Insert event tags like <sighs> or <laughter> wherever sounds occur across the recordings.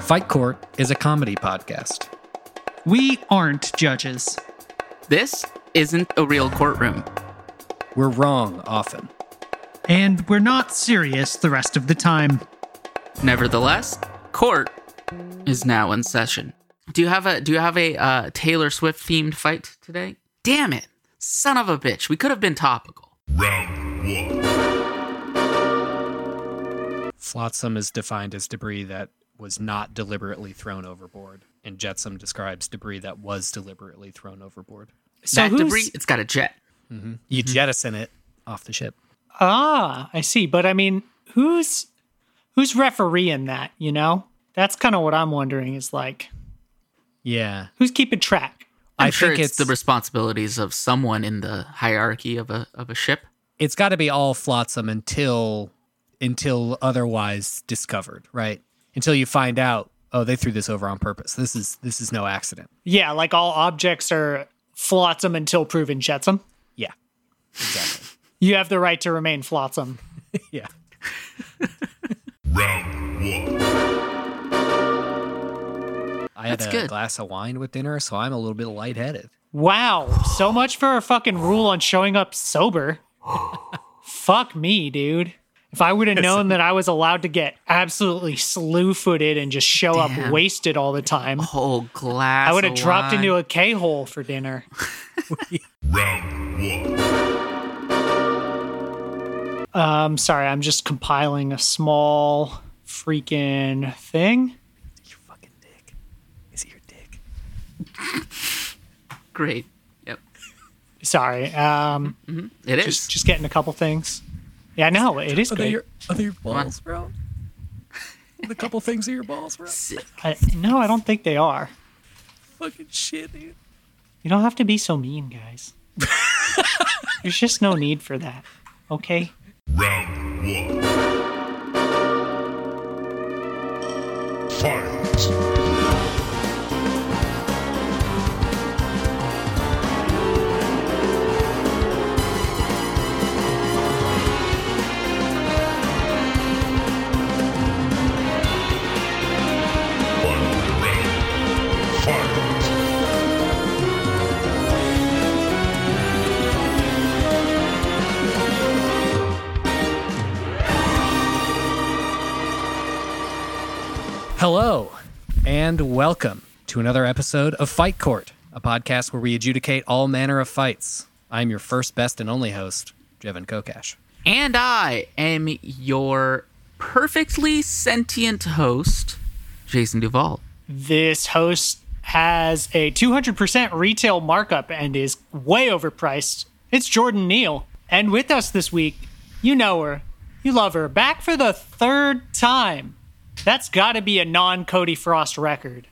Fight Court is a comedy podcast. We aren't judges. This isn't a real courtroom. We're wrong often. And we're not serious the rest of the time. Nevertheless, court is now in session. Do you have a do you have a uh, Taylor Swift themed fight today? Damn it, son of a bitch! We could have been topical. Round one. Flotsam is defined as debris that was not deliberately thrown overboard, and Jetsam describes debris that was deliberately thrown overboard. So that who's- debris, it's got a jet. You jettison it off the ship. Ah, I see. But I mean, who's who's refereeing that? You know, that's kind of what I'm wondering. Is like, Yeah. who's keeping track? I'm I sure think it's, it's the responsibilities of someone in the hierarchy of a of a ship. it's got to be all flotsam until until otherwise discovered, right? Until you find out, oh, they threw this over on purpose. This is this is no accident. Yeah, like all objects are flotsam until proven jetsam. Yeah, exactly. You have the right to remain flotsam. yeah. <laughs> Round one. I had That's a good. glass of wine with dinner, so I'm a little bit lightheaded. Wow, so much for a fucking rule on showing up <gasps> sober. Fuck me, dude. If I would have known that I was allowed to get absolutely slew footed and just show up Damn. wasted all the Oh, time, Whole glass. I would have dropped into a K hole <laughs> for dinner. Round one. I'm Um, sorry, I'm just compiling a small freaking thing. Your fucking dick. Is it your dick? great. Yep, Sorry, um, it is. just just getting a couple things. Yeah, no, it is Are they great. your are they your balls, bro? The couple things are your balls, bro. I, no, I don't think they are. <laughs> Fucking shit, dude. You don't have to be so mean, guys. There's just no need for that. Okay? Round one. Fight. Final round. Fight. Hello, and welcome to another episode of Fight Court, a podcast where we adjudicate all manner of fights. I'm your first, best, and only host, Jevin Kokash. And I am your perfectly sentient host, Jason Duvall. This host has a 200% retail markup and is way overpriced. It's Jordan Neal. And with us this week, you know her, you love her, back for the third time. That's gotta be a non Cody Frost record.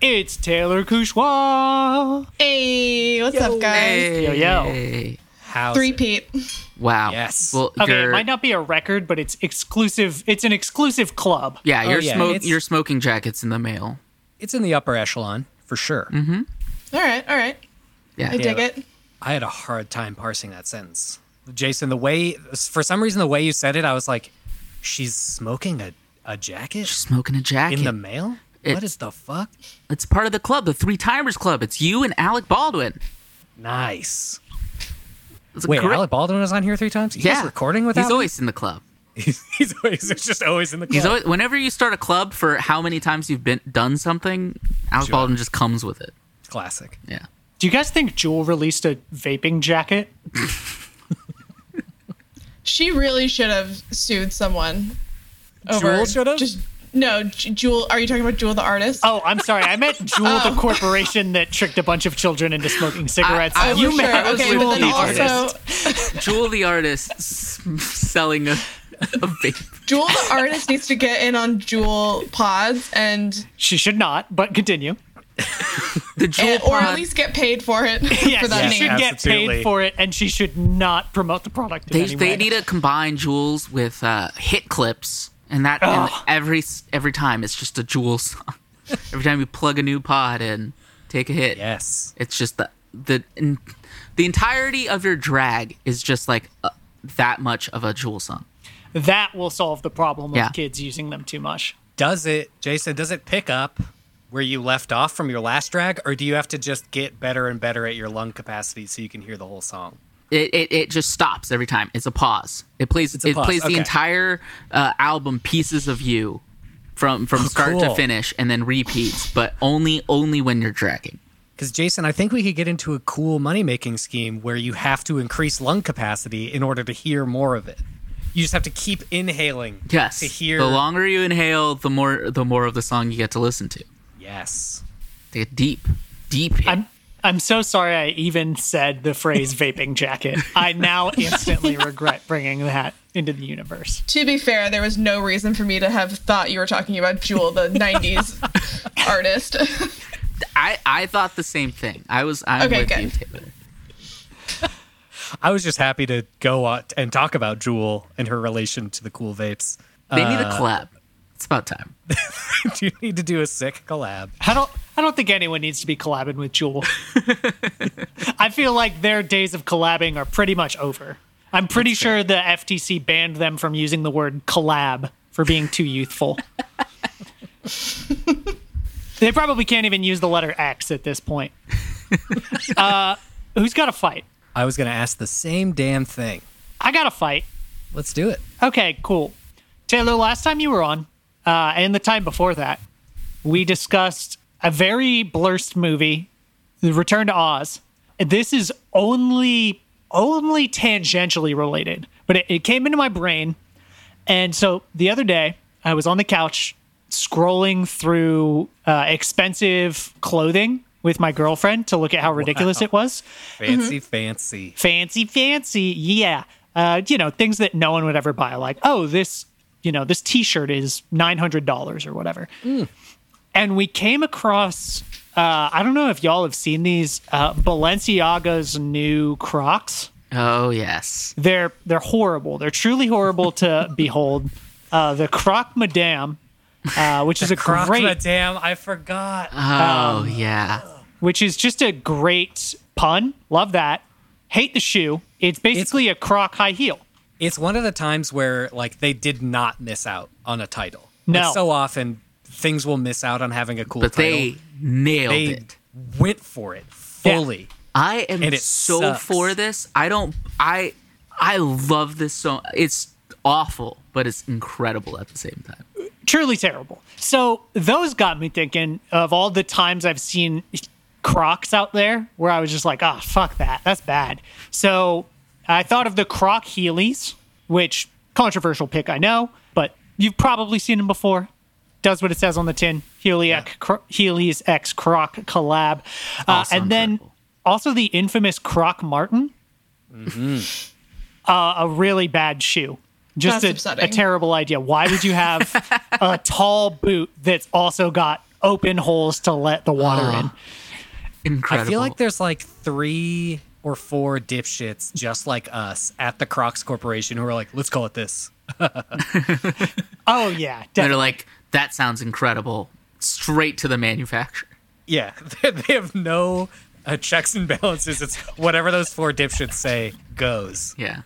it's Taylor Kushwa. Hey, what's up, guys? Yo, yo. Hey. How's Three it? Pete. Wow. Yes. Well, Okay, it you're- might not be a record, but it's exclusive. It's an exclusive club. yeah, your Oh, yeah, smoke it's- your smoking jackets in the mail. It's in the upper echelon for sure. All right, all right. Yeah. I dig it. I had a hard time parsing that sentence, Jason. The way, for some reason, the way you said it, I was like, "She's smoking a a jacket Smoking a jacket. in the mail." It- what is the fuck? it's part of the club, the Three Timers Club. It's you and Alec Baldwin. Nice. It's a Wait, great- Alec Baldwin was on here three times. He Yeah. was recording with He's Alec? always in the club. he's, <laughs> he's always he's just always in the. Club. He's always whenever you start a club for how many times you've been done something, Alec Sure. Baldwin just comes with it. classic. Yeah. Do you guys think Jewel released a vaping jacket? She really should have sued someone. Over Jewel should have? Just no, J- Jewel. Are you talking about Jewel the artist? Oh, I'm sorry. I meant Jewel, the corporation that tricked a bunch of children into smoking cigarettes. I you for meant sure. I was okay, with but then the also artist. Jewel the artist s- selling a, a vape. Jewel the artist needs to get in on Jewel pods and, She should not, but continue. The Jewel and- eh, or at pod, least get paid for it Yes, <laughs> for that she name. should get absolutely. paid for it, and she should not promote the product. in they, any they way. need to combine Jewels with uh, hit clips, and that and Ugh. every s- every time it's just a Jewel <laughs> song. every time you plug a new pod in, take a hit. Yes. It's just the the in, the entirety of your drag is just like uh, that much of a Jewel song. that will solve the problem Yeah. of kids using them too much. does it, Jason, does it pick up where you left off from your last drag, or do you have to just get better and better at your lung capacity so you can hear the whole song? It, it, it just stops every time. It's a pause. It plays a it pause, plays okay. the entire uh, album pieces of you from from start Oh, cool. to finish and then repeats, but only only when you're dragging. Because, Jason, I think we could get into a cool money making scheme where you have to increase lung capacity in order to hear more of it. You just have to keep inhaling Yes. to hear. The longer you inhale, the more the more of the song you get to listen to. yes. They get deep, deep. hit. I'm I'm so sorry I even said the <laughs> phrase vaping jacket. I now instantly regret bringing that into the universe. To be fair, there was no reason for me to have thought you were talking about Jewel, the '90s artist. I I thought the same thing. I was I'm Okay, with good. you, Taylor. I was just happy to go on and talk about Jewel and her relation to the cool vapes. <laughs> They need Uh, a collab. It's about time. do you need to do a sick collab? I don't I don't think anyone needs to be collabing with Jewel. I feel like their days of collabing are pretty much over. I'm pretty sure the FTC banned them from using the word collab for being too youthful. they probably can't even use the letter X at this point. uh, who's got a fight? I was going to ask the same damn thing. I got a fight. Let's do it. Okay, cool. Taylor, last time you were on, uh, and the time before that, we discussed a very blurst movie, The Return to Oz. This is only only tangentially related, but it, it came into my brain. And so the other day, I was on the couch scrolling through uh, expensive clothing with my girlfriend to look at how ridiculous it was Mm-hmm. Fancy, fancy. fancy, fancy. Yeah. Uh, you know, things that no one would ever buy, like, oh, this, you know, this t shirt is $900 or whatever. Hmm. And we came across, uh, I don't know if y'all have seen these, uh, Balenciaga's new Crocs. Oh yes. They're they're horrible. They're truly horrible <laughs> to behold. Uh, the Croc Madame, uh, which is a Croc great Madame, I forgot. Oh yeah. which is just a great pun. Love that. Hate the shoe. It's basically a croc high heel. it's one of the times where like they did not miss out on a title. No. Like, so often things will miss out on having a cool But title. they nailed They it. went for it fully. I am And it so sucks. for this. I don't. I I love this song. It's awful, but it's incredible at the same time. truly terrible. So those got me thinking of all the times I've seen Crocs out there where I was just like, ah, fuck that. That's bad. So I thought of the Croc Heelys, which controversial pick, I know, but you've probably seen them before. Does what it says on the tin. Healy X, Cro- Heelys X Croc collab. Uh, also and then incredible. also the infamous Croc Martin. Uh, a really bad shoe. Just That's a- a, upsetting. terrible idea. Why would you <laughs> have a tall boot that's also got open holes to let the water in? I Incredible. feel like there's like three or four dipshits just like us at the Crocs Corporation who are like, let's call it this. Oh yeah, they're definitely. like that sounds incredible. Straight to the manufacturer. Yeah, <laughs> they, they have no uh, checks and balances. It's whatever those four dipshits say goes. Yeah.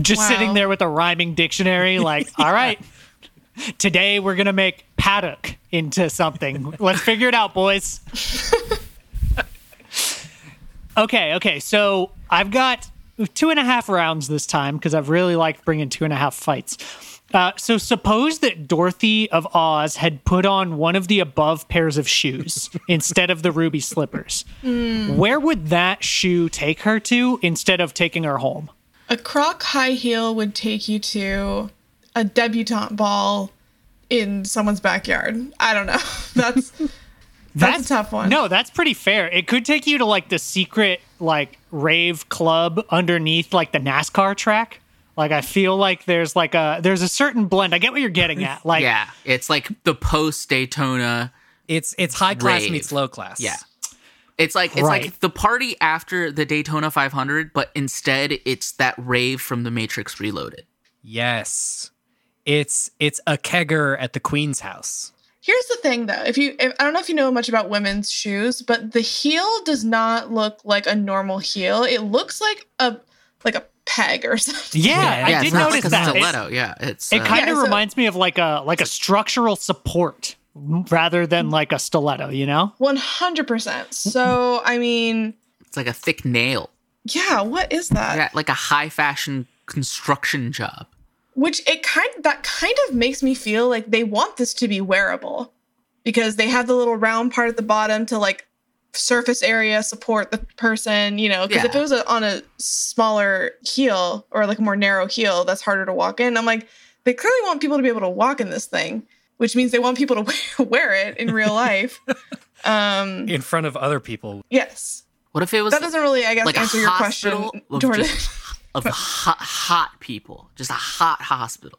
just Wow. sitting there with a rhyming dictionary. Like, all right, today we're gonna make paddock into something. Let's figure it out, boys. okay, okay. So I've got two and a half rounds this time because I've really liked bringing two and a half fights. Uh, so suppose that Dorothy of Oz had put on one of the above pairs of shoes instead of the ruby slippers. Where would that shoe take her to instead of taking her home? A croc high heel would take you to a debutante ball in someone's backyard. I don't know. <laughs> That's that's, a tough one. No, that's pretty fair. It could take you to like the secret like rave club underneath like the NASCAR track. Like I feel like there's like a there's a certain blend. I get what you're getting at. Like Yeah. It's like the post Daytona. It's it's high class Rave. meets low class. Yeah. It's like it's Right. like the party after the Daytona 500, but instead it's that rave from the Matrix Reloaded. Yes. It's it's a kegger at the Queen's house. Here's the thing though. If you if, I don't know if you know much about women's shoes, but the heel does not look like a normal heel. It looks like a like a peg or <laughs> something. Yeah, yeah, I it's did not notice like a that. It's- stiletto. yeah, it's It uh, kind Yeah, of so- reminds me of like a like a structural support rather than like a stiletto, you know? 100%. So, I mean, it's like a thick nail. yeah, what is that? Yeah, like a high fashion construction job. Which it kind that kind of makes me feel like they want this to be wearable because they have the little round part at the bottom to like surface area support the person, you know, because if Yeah. it was a, on a smaller heel or like a more narrow heel, that's harder to walk in. I'm like they clearly want people to be able to walk in this thing, which means they want people to <laughs> wear it in real life. <laughs> um in front of other people. yes. What if it was That doesn't really I guess like a answer your question, hospital of Jordan. just <laughs> of hot, hot people, just a hot hospital,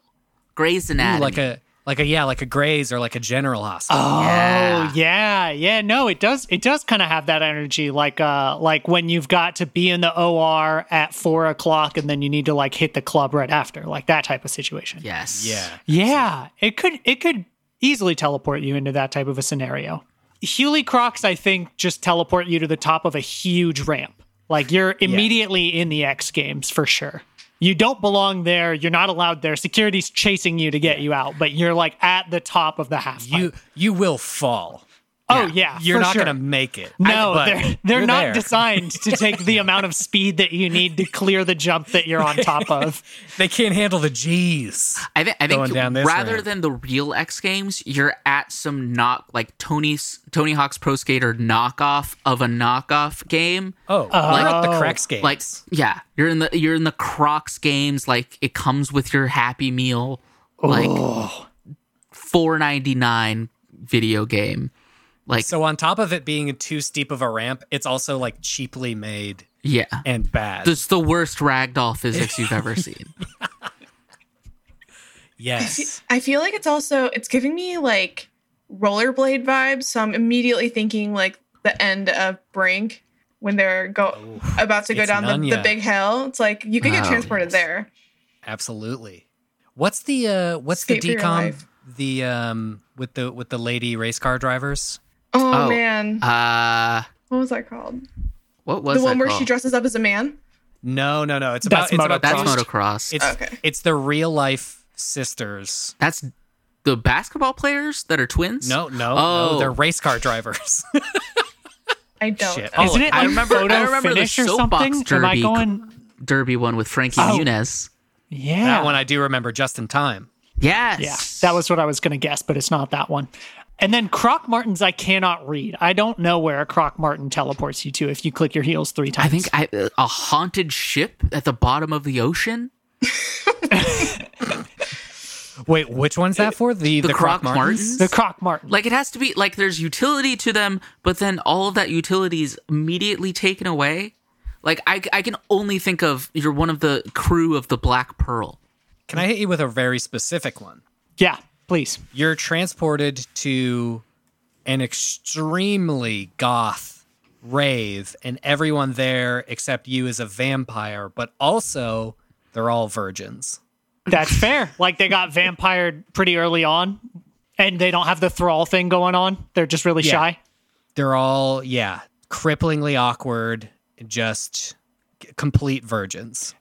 Grey's Ooh, Anatomy, like a like a yeah, like a Gray's or like a general hospital. Oh Yeah. yeah, yeah. no, it does it does kind of have that energy like uh like when you've got to be in the OR at four o'clock and then you need to like hit the club right after, like that type of situation. yes, Yeah. Yeah, it could it could easily teleport you into that type of a scenario. Hewley Crocs, I think, just teleport you to the top of a huge ramp. Like you're immediately in the X Games for sure. You don't belong there. You're not allowed there. Security's chasing you to get you out, but you're like at the top of the half. You pipe. you will fall. oh yeah, You're for not sure. gonna make it. No, but they're they're you're not there. designed to take the amount of speed that you need to clear the jump that you're on top of. They can't handle the G's. I, th- I think Going down this rather ramp. than the real X Games, you're at some knock like Tony's Tony Hawk's Pro Skater knockoff of a knockoff game. Oh, we're at the Crex games. Like yeah, you're in the you're in the Crocs games. Like it comes with your Happy Meal, like four ninety nine video game. Like so on top of it being too steep of a ramp, it's also like cheaply made yeah, and bad. it's the worst ragdoll physics you've ever seen. <laughs> yes. <laughs> I feel like it's also it's giving me like rollerblade vibes, so I'm immediately thinking like the end of Brink when they're go about to go it's down the, the Narnia. big hill. It's like you could get Oh, transported yes. there. Absolutely. What's the uh what's Escape for the your decom life. the um with the with the lady race car drivers? Oh, Oh, man, Uh, what was that called? what was The one that where she called? dresses up as a man. No, no, no. It's about That's it's about That's motocross. prost- motocross. It's Okay. it's the real life sisters. That's the basketball players that are twins. No, no, Oh. no. They're race car drivers. <laughs> I don't. Shit. know. Oh, Isn't it I like remember- I photo remember the finish or soapbox something? Am I derby. going? derby one with Frankie Oh. Muniz. Yeah, that one I do remember just in time. Yes. Yeah, that was what I was going to guess, but it's not that one. And then Croc Martins, I cannot read. I don't know where a Croc Martin teleports you to if you click your heels three times. I think I, a haunted ship at the bottom of the ocean. Wait, which one's that for? The The, the, Croc, Martin? Martins. the Croc Martin. like it has to be like there's utility to them, but then all of that utility is immediately taken away. Like I, I can only think of you're one of the crew of the Black Pearl. Can I hit you with a very specific one? yeah, please. You're transported to an extremely goth rave, and everyone there except you is a vampire, but also they're all virgins. That's fair. like they got vampired pretty early on, and they don't have the thrall thing going on. They're just really Yeah. shy. They're all, yeah, cripplingly awkward, just c- complete virgins.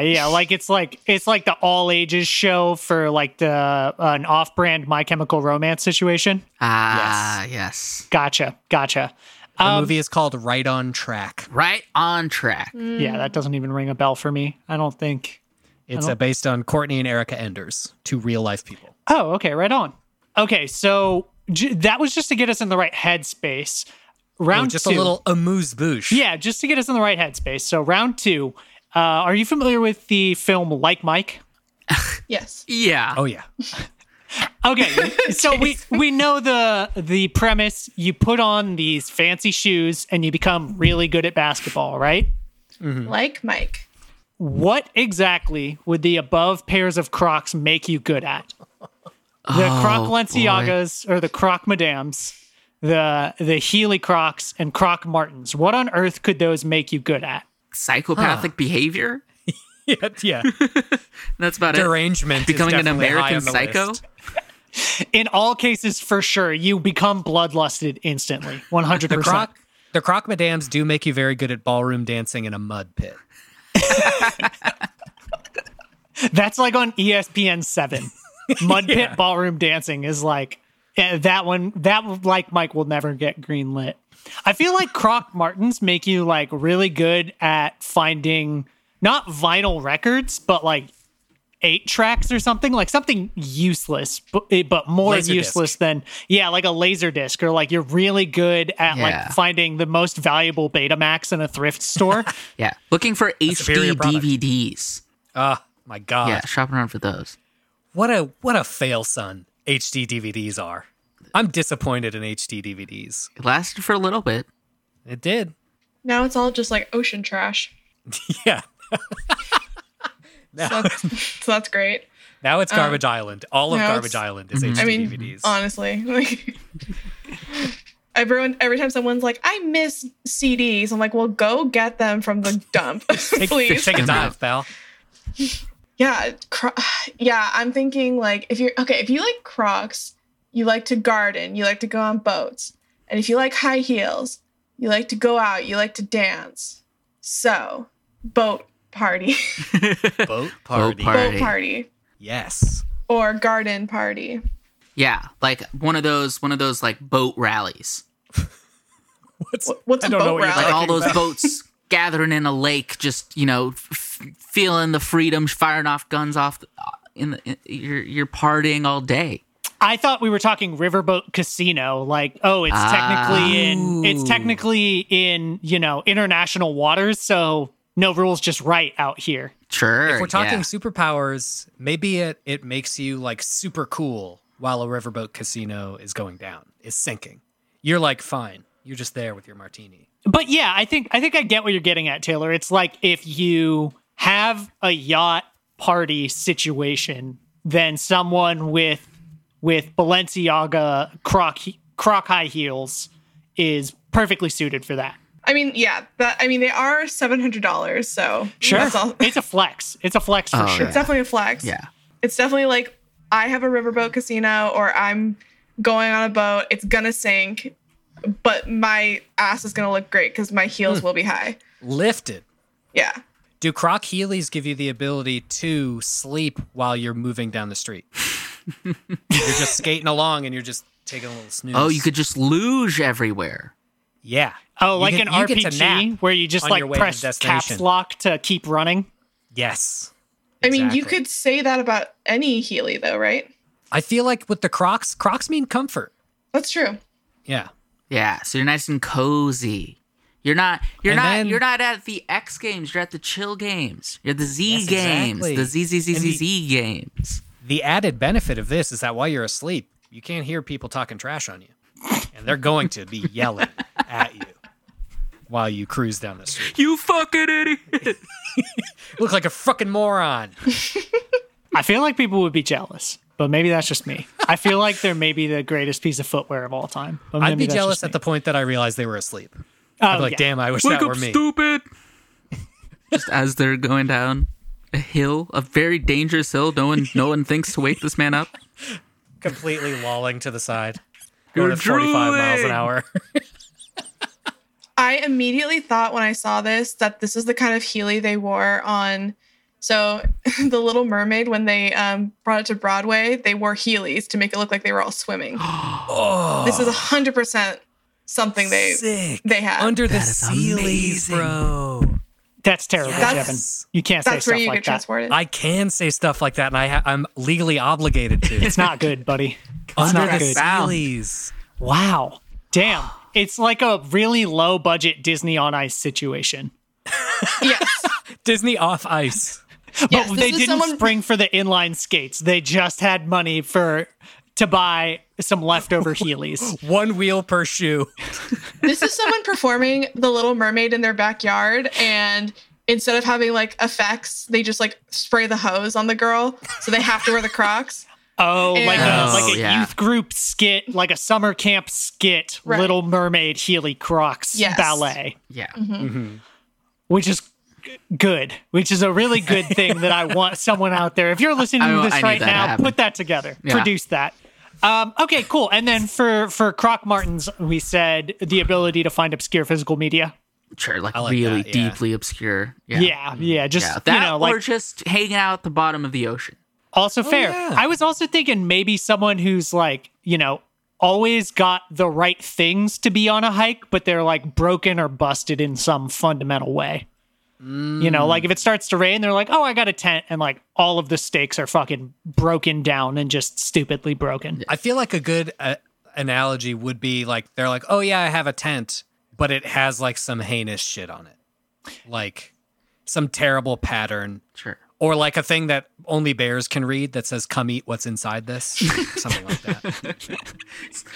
<laughs> yeah. Like it's like it's like the all ages show for like the uh, an off brand My Chemical Romance situation. Ah, yes. Gotcha, gotcha. The Um, movie is called Right on Track. Right on track. Yeah, that doesn't even ring a bell for me. I don't think. It's uh, based on Courtney and Erica Enders, two real life people. Oh, okay, right on. Okay, so j- that was just to get us in the right headspace. Round Oh, just two, a little amuse bouche. yeah, just to get us in the right headspace. So round two, uh, are you familiar with the film Like Mike? Yes. Yeah. Oh <laughs> yeah. <laughs> Okay, so we we know the the premise. You put on these fancy shoes and you become really good at basketball, right? Mm-hmm. Like Mike. What exactly would the above pairs of Crocs make you good at? The Oh, Croc boy. Lenciagas or the Croc Madams, the the Healy Crocs and Croc Martins. What on earth could those make you good at? Psychopathic behavior. yeah, <laughs> yeah. That's about it. Derangement. is Becoming an definitely high American on the psycho. list. In all cases, for sure, you become bloodlusted instantly, one hundred <laughs> The percent. croc, the croc madams do make you very good at ballroom dancing in a mud pit. That's like on E ESPN seven. Mud Pit Ballroom Dancing is like eh, that one. That like Mike will never get green lit. I feel like Croc Martins make you like really good at finding not vinyl records, but like eight tracks or something like something useless, but, eh, but more Laserdisc. useless than yeah, like a laser disc or like you're really good at Yeah. like finding the most valuable Betamax in a thrift store. Yeah, looking for superior HD product. DVDs. Ah, my God. Yeah, uh, shopping around for those. What a what a fail, son. HD DVDs are. I'm disappointed in HD DVDs. It lasted for a little bit. It did. <laughs> Now it's all just like ocean trash. Yeah. So that's, <laughs> so that's great. Now it's Garbage Island. All of Uh, now Garbage it's- Island is Mm-hmm. HD I mean, DVDs. honestly, <laughs> like everyone, every time someone's like, "I miss CDs," I'm like, "Well, go get them from the dump, <laughs> Take- <laughs> please." Take a I'm dive, out. <laughs> pal. Yeah, cro- yeah. I'm thinking like if you're okay, if you like Crocs, you like to garden, you like to go on boats, and if you like high heels, you like to go out, you like to dance. So, boat party, <laughs> Boat party. party. boat party, Yes. or garden party. Yeah, like one of those, one of those like boat rallies. What's, Wh- what's I a don't know boat what you're rally? Like all talking those <laughs> about. boats gathering in a lake, just you know, f- f- feeling the freedom, firing off guns off. The, uh, in the, in, you're you're partying all day. I thought we were talking Riverboat Casino. Like, oh, it's technically in it's technically in you know international waters, so no rules, just right out here. Sure. If we're talking yeah. superpowers, maybe it, it makes you like super cool while a riverboat casino is going down, is sinking. You're like, fine. You're just there with your martini. But yeah, I think I think I get what you're getting at, Taylor. It's like if you have a yacht party situation, then someone with with Balenciaga croc croc high heels is perfectly suited for that. I mean, yeah, that I mean they are seven hundred dollars, so Sure, that's all. it's a flex. It's a flex for Oh, sure. It's definitely a flex. Yeah. It's definitely like I have a riverboat casino or I'm going on a boat. It's gonna sink, but my ass is gonna look great because my heels Hmm. will be high. Lifted. Yeah. Do Croc Heelys give you the ability to sleep while you're moving down the street? <laughs> you're just skating along and you're just taking a little snooze. Oh, you could just luge everywhere. Yeah. Oh, You like get- an you get to RPG nap. where you just on your like way to press caps destination. lock to keep running. Yes. I mean, you Exactly. could say that about any Healy though, right? I feel like with the Crocs, Crocs mean comfort. That's true. Yeah. Yeah, so you're nice and cozy. You're not. You're And not. then- you're not at the X games. You're at the chill games. You're at the Z Yes, games. exactly. The Z Z Z And Z the- Z games. The added benefit of this is that while you're asleep, you can't hear people talking trash on you. And they're going to be yelling at you while you cruise down the street. You fucking idiot. Look like a fucking moron. I feel like people would be jealous, but maybe that's just me. I feel like they're maybe the greatest piece of footwear of all time. but I'd maybe be that's jealous just at me. the point that I realized they were asleep. I'd Oh, be like, yeah. damn, I wish Wake that were up, me. stupid. <laughs> Just as they're going down a hill, a very dangerous hill. No one, no one thinks to wake this man up. Completely lolling to the side. <laughs> Going You're at 45 miles an drooling. hour. I immediately thought when I saw this that this is the kind of Healy they wore on. So, <laughs> The Little Mermaid, when they um, brought it to Broadway, they wore Heelys to make it look like they were <gasps> all swimming. This is 100% something <laughs> they Sick. they had. Under the is ceilings, amazing. bro. That's terrible, That's- Jevin. You can't say That's stuff where you like get that. transported. I can say stuff like that, and I ha- I'm legally obligated to. It's not <laughs> good, buddy. It's Under not the good. Sound. ceilings. Wow. Damn. It's like a really low budget Disney on Ice situation. <laughs> yes. Disney off ice. <laughs> Yes, but this they is didn't someone- spring for the inline skates. They just had money for to buy some <laughs> leftover Heelys. One wheel per shoe. this is someone performing The Little Mermaid in their backyard, and instead of having like effects, they just like spray the hose on the girl, so they have to wear <laughs> the Crocs. Oh, like Yeah. a like Oh, a yeah. youth group skit, like a summer camp skit, Right. Little Mermaid Heely Crocs Yes. ballet, Yeah, Mm-hmm. which is g- good, which is a really <laughs> good thing that I want someone out there. If you're listening I- to I this need right that to now, happen. put that together, Yeah. produce that. Um, okay, cool. And then for for Croc Martins, we said the ability to find obscure physical media. sure, like, I like really that, yeah. deeply obscure. Yeah. Yeah, yeah, just Yeah, that you know, like or just hanging out at the bottom of the ocean. Also fair. yeah. I was also thinking maybe someone who's like, you know, always got the right things to be on a hike, but they're like broken or busted in some fundamental way. You know, like if it starts to rain, they're like, oh, I got a tent. And like all of the stakes are fucking broken down and just stupidly broken. I feel like a good uh, analogy would be like they're like, "Oh yeah, I have a tent, but it has like some heinous shit on it. Like some terrible pattern Sure. or like a thing that only bears can read that says come eat what's inside this." Something like that.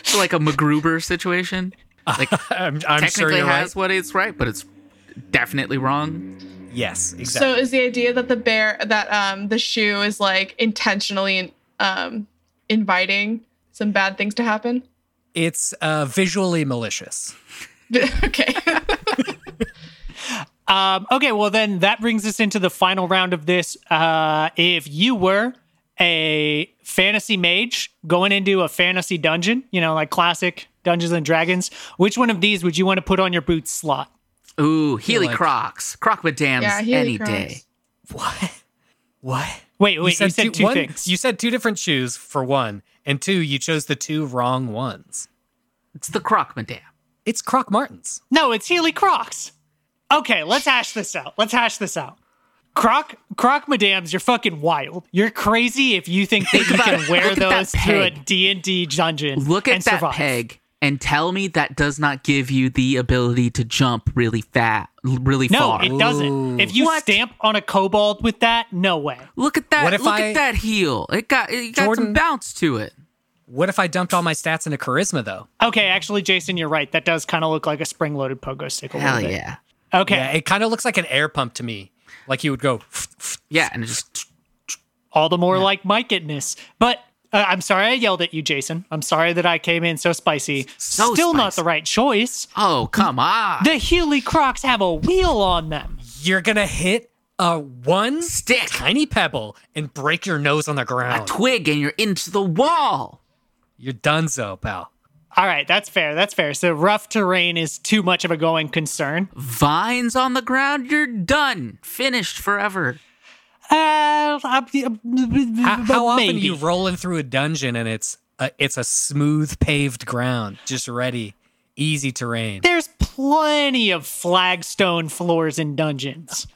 So like a MacGruber situation. Like <laughs> I'm, I'm sure technically you're right. has what it's right, but it's definitely wrong. Yes, exactly. So is the idea that the bear that um the shoe is like intentionally um inviting some bad things to happen? <laughs> it's uh, visually malicious. okay. Um, okay, well, then that brings us into the final round of this. Uh, if you were a fantasy mage going into a fantasy dungeon, you know, like classic Dungeons and Dragons, which one of these would you want to put on your boots slot? Ooh, Healy like- Crocs, Croc Madams Yeah, Healy any Crocs. day. What? What? Wait, wait, you said, two, one, things. You said two different shoes for one, and two, you chose the two wrong ones. It's the Croc Madam. It's Croc Martens. no, it's Healy Crocs. Okay, let's hash this out. Let's hash this out. Croc, Croc, madams, you're fucking wild. You're crazy if you <laughs> think that you about can it. wear Look at that those through a peg. D and D dungeon. Look at and that survive. peg and tell me that does not give you the ability to jump really fat, really No, far. it doesn't. If you What? stamp on a kobold with that, no way. Look at that! What if Look I- at that heel. It got it got Jordan- some bounce to it. What if I dumped all my stats into charisma though? Okay, actually, Jason, you're right. That does kind of look like a spring loaded pogo stick. A little Hell bit. yeah, Okay. Yeah, it kind of looks like an air pump to me. Like you would go, yeah, and it just All the more like Mike itness. But uh, I'm sorry I yelled at you, Jason. I'm sorry that I came in so spicy. So Still not spicy. the right choice. oh come on, The Healy Crocs have a wheel on them. you're gonna hit a one stick tiny pebble and break your nose on the a ground. twig and you're into the wall. you're donezo, pal. All right, that's fair. That's fair. So rough terrain is too much of a going concern. Vines on the ground, you're done, finished forever. Uh, how, How, how often are you rolling through a dungeon and it's a, it's a smooth paved ground, just ready, easy terrain. There's plenty of flagstone floors in dungeons.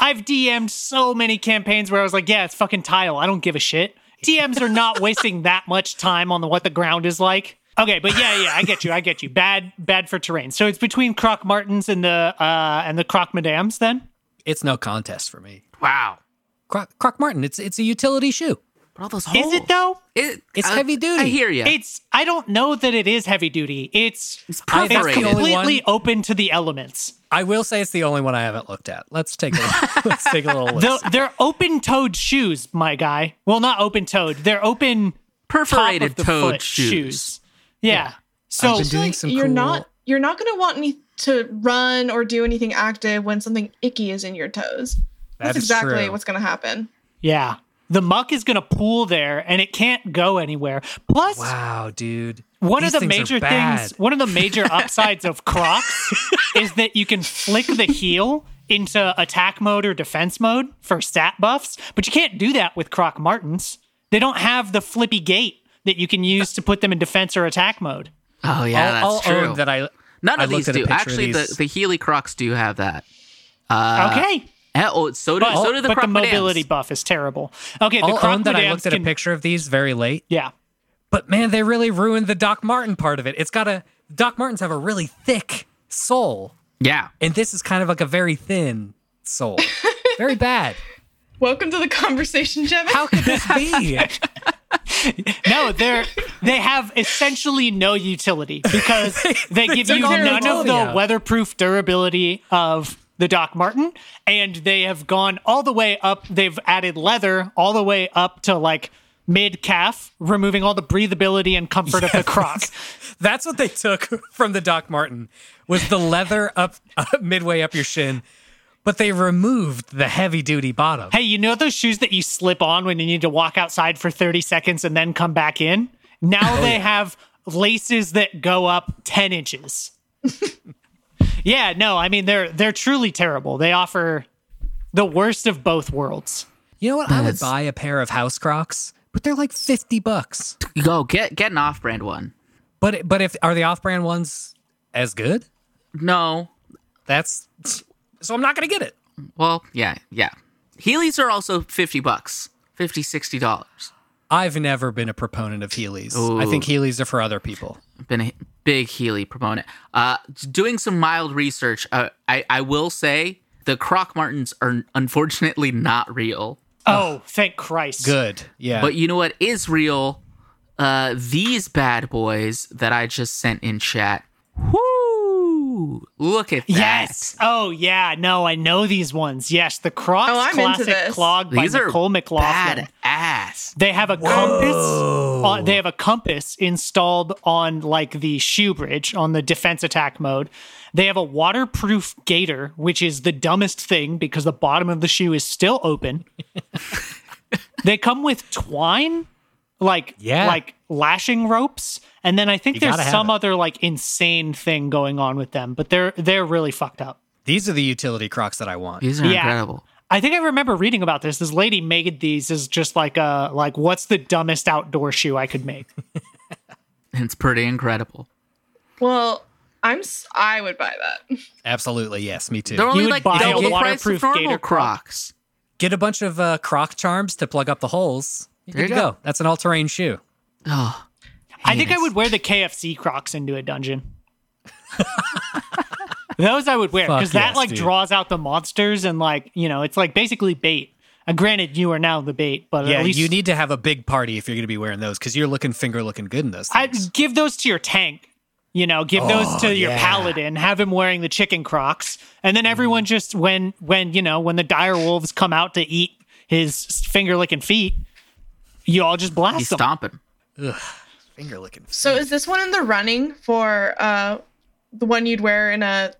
I've DM'd so many campaigns where I was like, yeah, it's fucking tile. I don't give a shit. DMs are not wasting that much time on the, what the ground is like. Okay, but yeah, yeah, I get you. I get you. Bad, bad for terrain. So it's between Croc Martins and the uh and the Croc Madams then? It's no contest for me. Wow, Croc, Croc Martin, it's it's a utility shoe. but all those holes. Is it though? It- It's I- heavy duty. I hear you. It's I don't know that it is heavy duty. It's it's perforated. That's the only completely one- open to the elements. I will say it's the only one I haven't looked at. Let's take a <laughs> let's take a little Though look. they're open toed shoes, my guy. Well, not open toed. They're open perforated top of the toed foot shoes. Yeah. So been- doing some you're cool- not you're not going to want any to run or do anything active when something icky is in your toes. That's is exactly true. what's going to happen. yeah, the muck is going to pool there, and it can't go anywhere. Plus, Wow, dude. one These of the things are major bad. things, one of the major <laughs> upsides of Crocs is that you can flick the heel into attack mode or defense mode for stat buffs, but you can't do that with Croc Martins. They don't have the flippy gate that you can use to put them in defense or attack mode. Oh yeah, I'll, that's I'll true. own that I None I of these looked at a do. picture of Actually, these. the the Healy Crocs do have that. Uh, okay. Eh, Oh, so do, But, so do the but Croc the mobility Madams. buff is terrible. Okay, the I'll Croc own that I Madams looked at can- a picture of these very late. Yeah. But man, they really ruined the Doc Martin part of it. It's got a Doc Martens have a really thick sole, Yeah. and this is kind of like a very thin <laughs> sole. very bad. Welcome to the <laughs> conversation, Jevin. How could this <laughs> be? No, they're they have essentially no utility because they give you took all the none of utility the out. weatherproof durability of the Doc Martin, and they have gone all the way up. They've added leather all the way up to like mid calf, removing all the breathability and comfort of the Croc. That's what they took <laughs> from the Doc Martin was the leather up <laughs> up midway up your shin, but they removed the heavy duty bottom. Hey, you know those shoes that you slip on when you need to walk outside for 30 seconds and then come back in? Oh, Now they have laces that go up 10 inches. <laughs> Yeah, no, I mean they're they're truly terrible. They offer the worst of both worlds. You know what? I would That's- buy a pair of House Crocs, but they're like fifty bucks. Go get get an off-brand one. But but if are the off-brand ones as good? No, That's so I'm not gonna get it. well, yeah, yeah. Heelys are also fifty bucks, 50 60 dollars. I've never been a proponent of Heelys. I Ooh. think Heelys are for other people. been a big Healy proponent. Uh, doing some mild research, uh, I, I will say the Croc Martins are unfortunately not real. Oh, thank Christ. Good. Yeah. But you know what is real? Uh, these bad boys that I just sent in chat. Whoo! Look at that. Yes. Oh yeah. No, I know these ones. Yes, the Crocs Oh, I'm into classic this. clog by These are Nicole McLaughlin. badass. They have a compass. On, they have a compass installed on like the shoe bridge on the defense attack mode. They have a waterproof gaiter, which is the dumbest thing because the bottom of the shoe is still <laughs> open. they come with twine, like Yeah. like lashing ropes, and then I think You gotta there's have some it. other like insane thing going on with them, but they're they're really fucked up. These are the utility Crocs that I want. These are Yeah. incredible. I think I remember reading about this. This lady made these as just like a like what's the dumbest outdoor shoe I could make. It's pretty incredible. Well, I'm s- I would buy that. Absolutely, yes, me too. They're only would like buy double a the price of waterproof normal gator Croc. Crocs. Get a bunch of uh, Croc charms to plug up the holes. You're There good you to go. That's an all-terrain shoe. Oh, I think I heinous. would wear the KFC Crocs into a dungeon. <laughs> Those I would wear Fuck because that yes, like dude. draws out the monsters and like you know it's like basically bait. And granted, you are now the bait, but Yeah, at least you need to have a big party if you're going to be wearing those because you're looking finger looking good in those. I Things. give those to your tank. You know, give those to your Oh, yeah. paladin. Have him wearing the chicken crocs, and then everyone Mm. just when when you know when the dire wolves come out to eat his finger licking feet, you all just blast he's them. stomping. finger licking. So is this one in the running for uh the one you'd wear <laughs> in a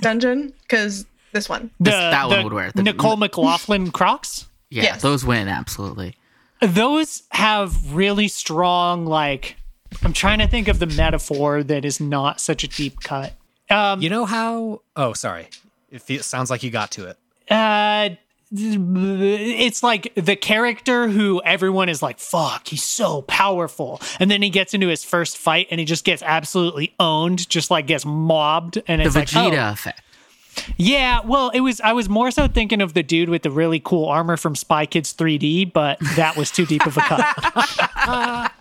dungeon? Because this one. The, that one the would wear it. The- Nicole McLaughlin crocs. Yeah, Yes. those win absolutely. Those have really strong like. I'm trying to think of the metaphor that is not such a deep cut. Um, You know how? Oh, sorry. It feels, sounds like you got to it. uh it's like the character who everyone is like fuck he's so powerful and then he gets into his first fight and he just gets absolutely owned just like gets mobbed and The it's Vegeta like oh, effect. yeah well it was i was more so thinking of the dude with the really cool armor from spy kids 3d but that was too deep of a <laughs> cut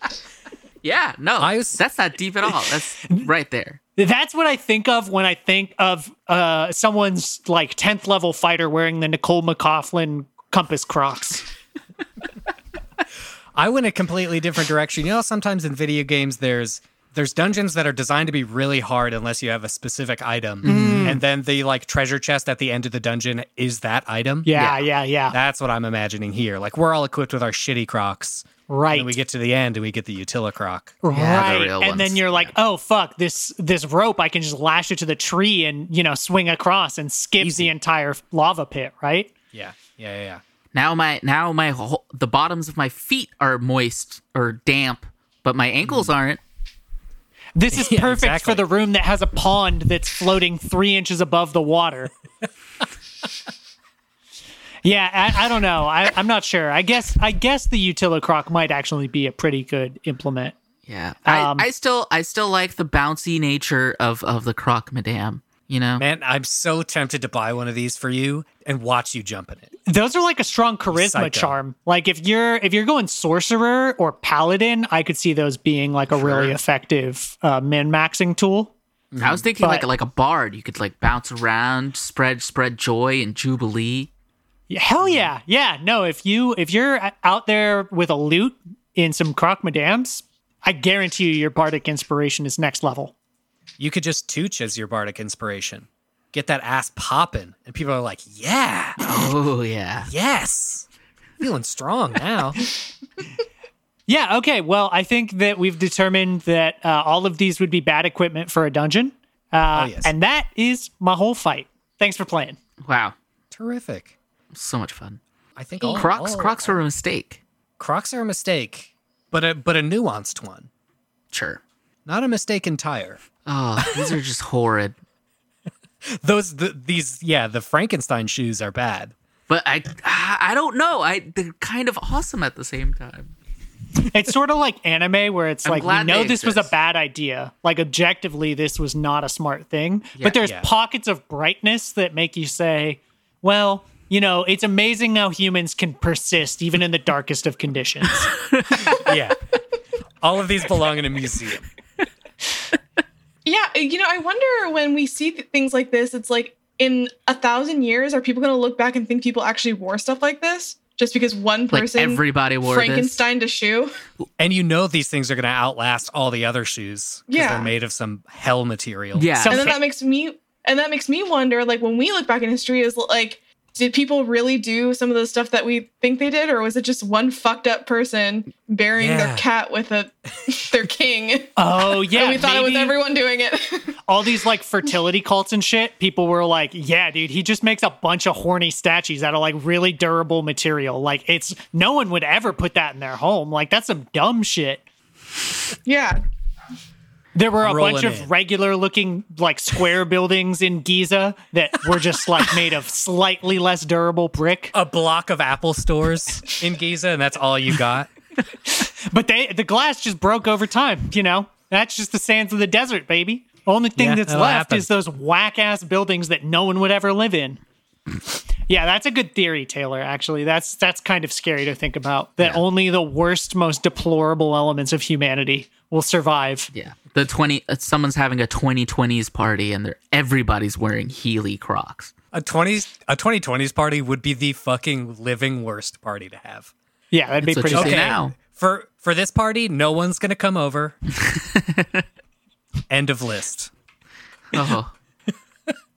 Yeah, no, I was- that's not deep at all. <laughs> That's right there. that's what i think of when i think of uh someone's like 10th level fighter wearing the nicole mccoughlin compass crocs I went a completely different direction. You know, sometimes in video games, there's there's dungeons that are designed to be really hard unless you have a specific item, Mm. and then the like treasure chest at the end of the dungeon is that item. yeah yeah yeah, That's what I'm imagining here. Like we're all equipped with our shitty crocs. And right then we get to the end and we get the utila croc. Yeah, the right. real and then ones. you're like, oh fuck, this this rope, I can just lash it to the tree and you know swing across and skip Easy. the entire lava pit, right? Yeah. Yeah, yeah, yeah. Now my now my whole, the bottoms of my feet are moist or damp, but my ankles aren't. This <laughs> is Yeah, perfect exactly. for the room that has a pond that's floating three inches above the water. <laughs> yeah, I, I don't know. I, I'm not sure. I guess I guess the utilocroc might actually be a pretty good implement. Yeah, I, Um, I still I still like the bouncy nature of of the croc madame. You know, Man, I'm so tempted to buy one of these for you and watch you jump in it. Those are like a strong charisma Psycho. charm. Like if you're if you're going sorcerer or paladin, I could see those being like a really effective uh, min maxing tool. I was thinking like But- like a bard. You could like bounce around, spread spread joy and jubilee. Yeah, Hell Mm. yeah, yeah. No, if you if you're a- out there with a loot in some croc madams, I guarantee you your bardic inspiration is next level. You could just tooch as your bardic inspiration. Get that ass popping. And people are like, yeah, Oh yeah, yes. Feeling strong <laughs> now. Yeah. Okay. Well, I think that we've determined that uh, all of these would be bad equipment for a dungeon, uh, Oh, yes. and that is my whole fight. Thanks for playing. wow, Terrific. so much fun. I think all, Crocs all- crocs were a mistake. Crocs are a mistake, but a but a nuanced one. Sure. Not a mistake entire. Oh, these are just horrid. Those the, these yeah, the Frankenstein shoes are bad. But I, I don't know. I they're kind of awesome at the same time. It's sort of like anime where it's I'm like we glad know they this was a exist. bad idea. Like objectively, this was not a smart thing. Yeah, but there's yeah. pockets of brightness that make you say, "Well, you know, it's amazing how humans can persist even in the darkest of conditions." Yeah. All of these belong in a museum. Yeah, uh, you know, I wonder when we see th- things like this, it's like in a thousand years, are people going to look back and think people actually wore stuff like this just because one Like person everybody wore this. Frankenstein to shoe? And you know these things are going to outlast all the other shoes because Yeah. they're made of some hell material. Yeah. So- and then Okay. that makes me and that makes me wonder like when we look back in history is like did people really do some of the stuff that we think they did or was it just one fucked up person burying Yeah. their cat <laughs> with a their king oh yeah, and we thought it was maybe everyone doing it <laughs> all these like fertility cults and shit. People were like, "Yeah, dude, he just makes a bunch of horny statues out of like really durable material. Like it's no one would ever put that in their home. Like that's some dumb shit." yeah There were a Rolling bunch in. of regular looking, <laughs> like square buildings in Giza that were just like made of slightly less durable brick. A block of Apple stores in Giza, and that's all you got. But they the glass just broke over time, you know? That's just the sands of the desert, baby. Only thing Yeah, that's that'll left happen. is those whack ass buildings that no one would ever live in. Yeah, that's a good theory, Taylor, actually. That's that's kind of scary to think about. That only the worst, most deplorable elements of humanity will survive. Yeah. The 20 uh, someone's having a 2020s party and they're everybody's wearing Heely Crocs. A 20s a 2020s party would be the fucking living worst party to have. Yeah, that'd be That's what pretty you say scary. now. For for this party, no one's going to come over. End of list. Oh.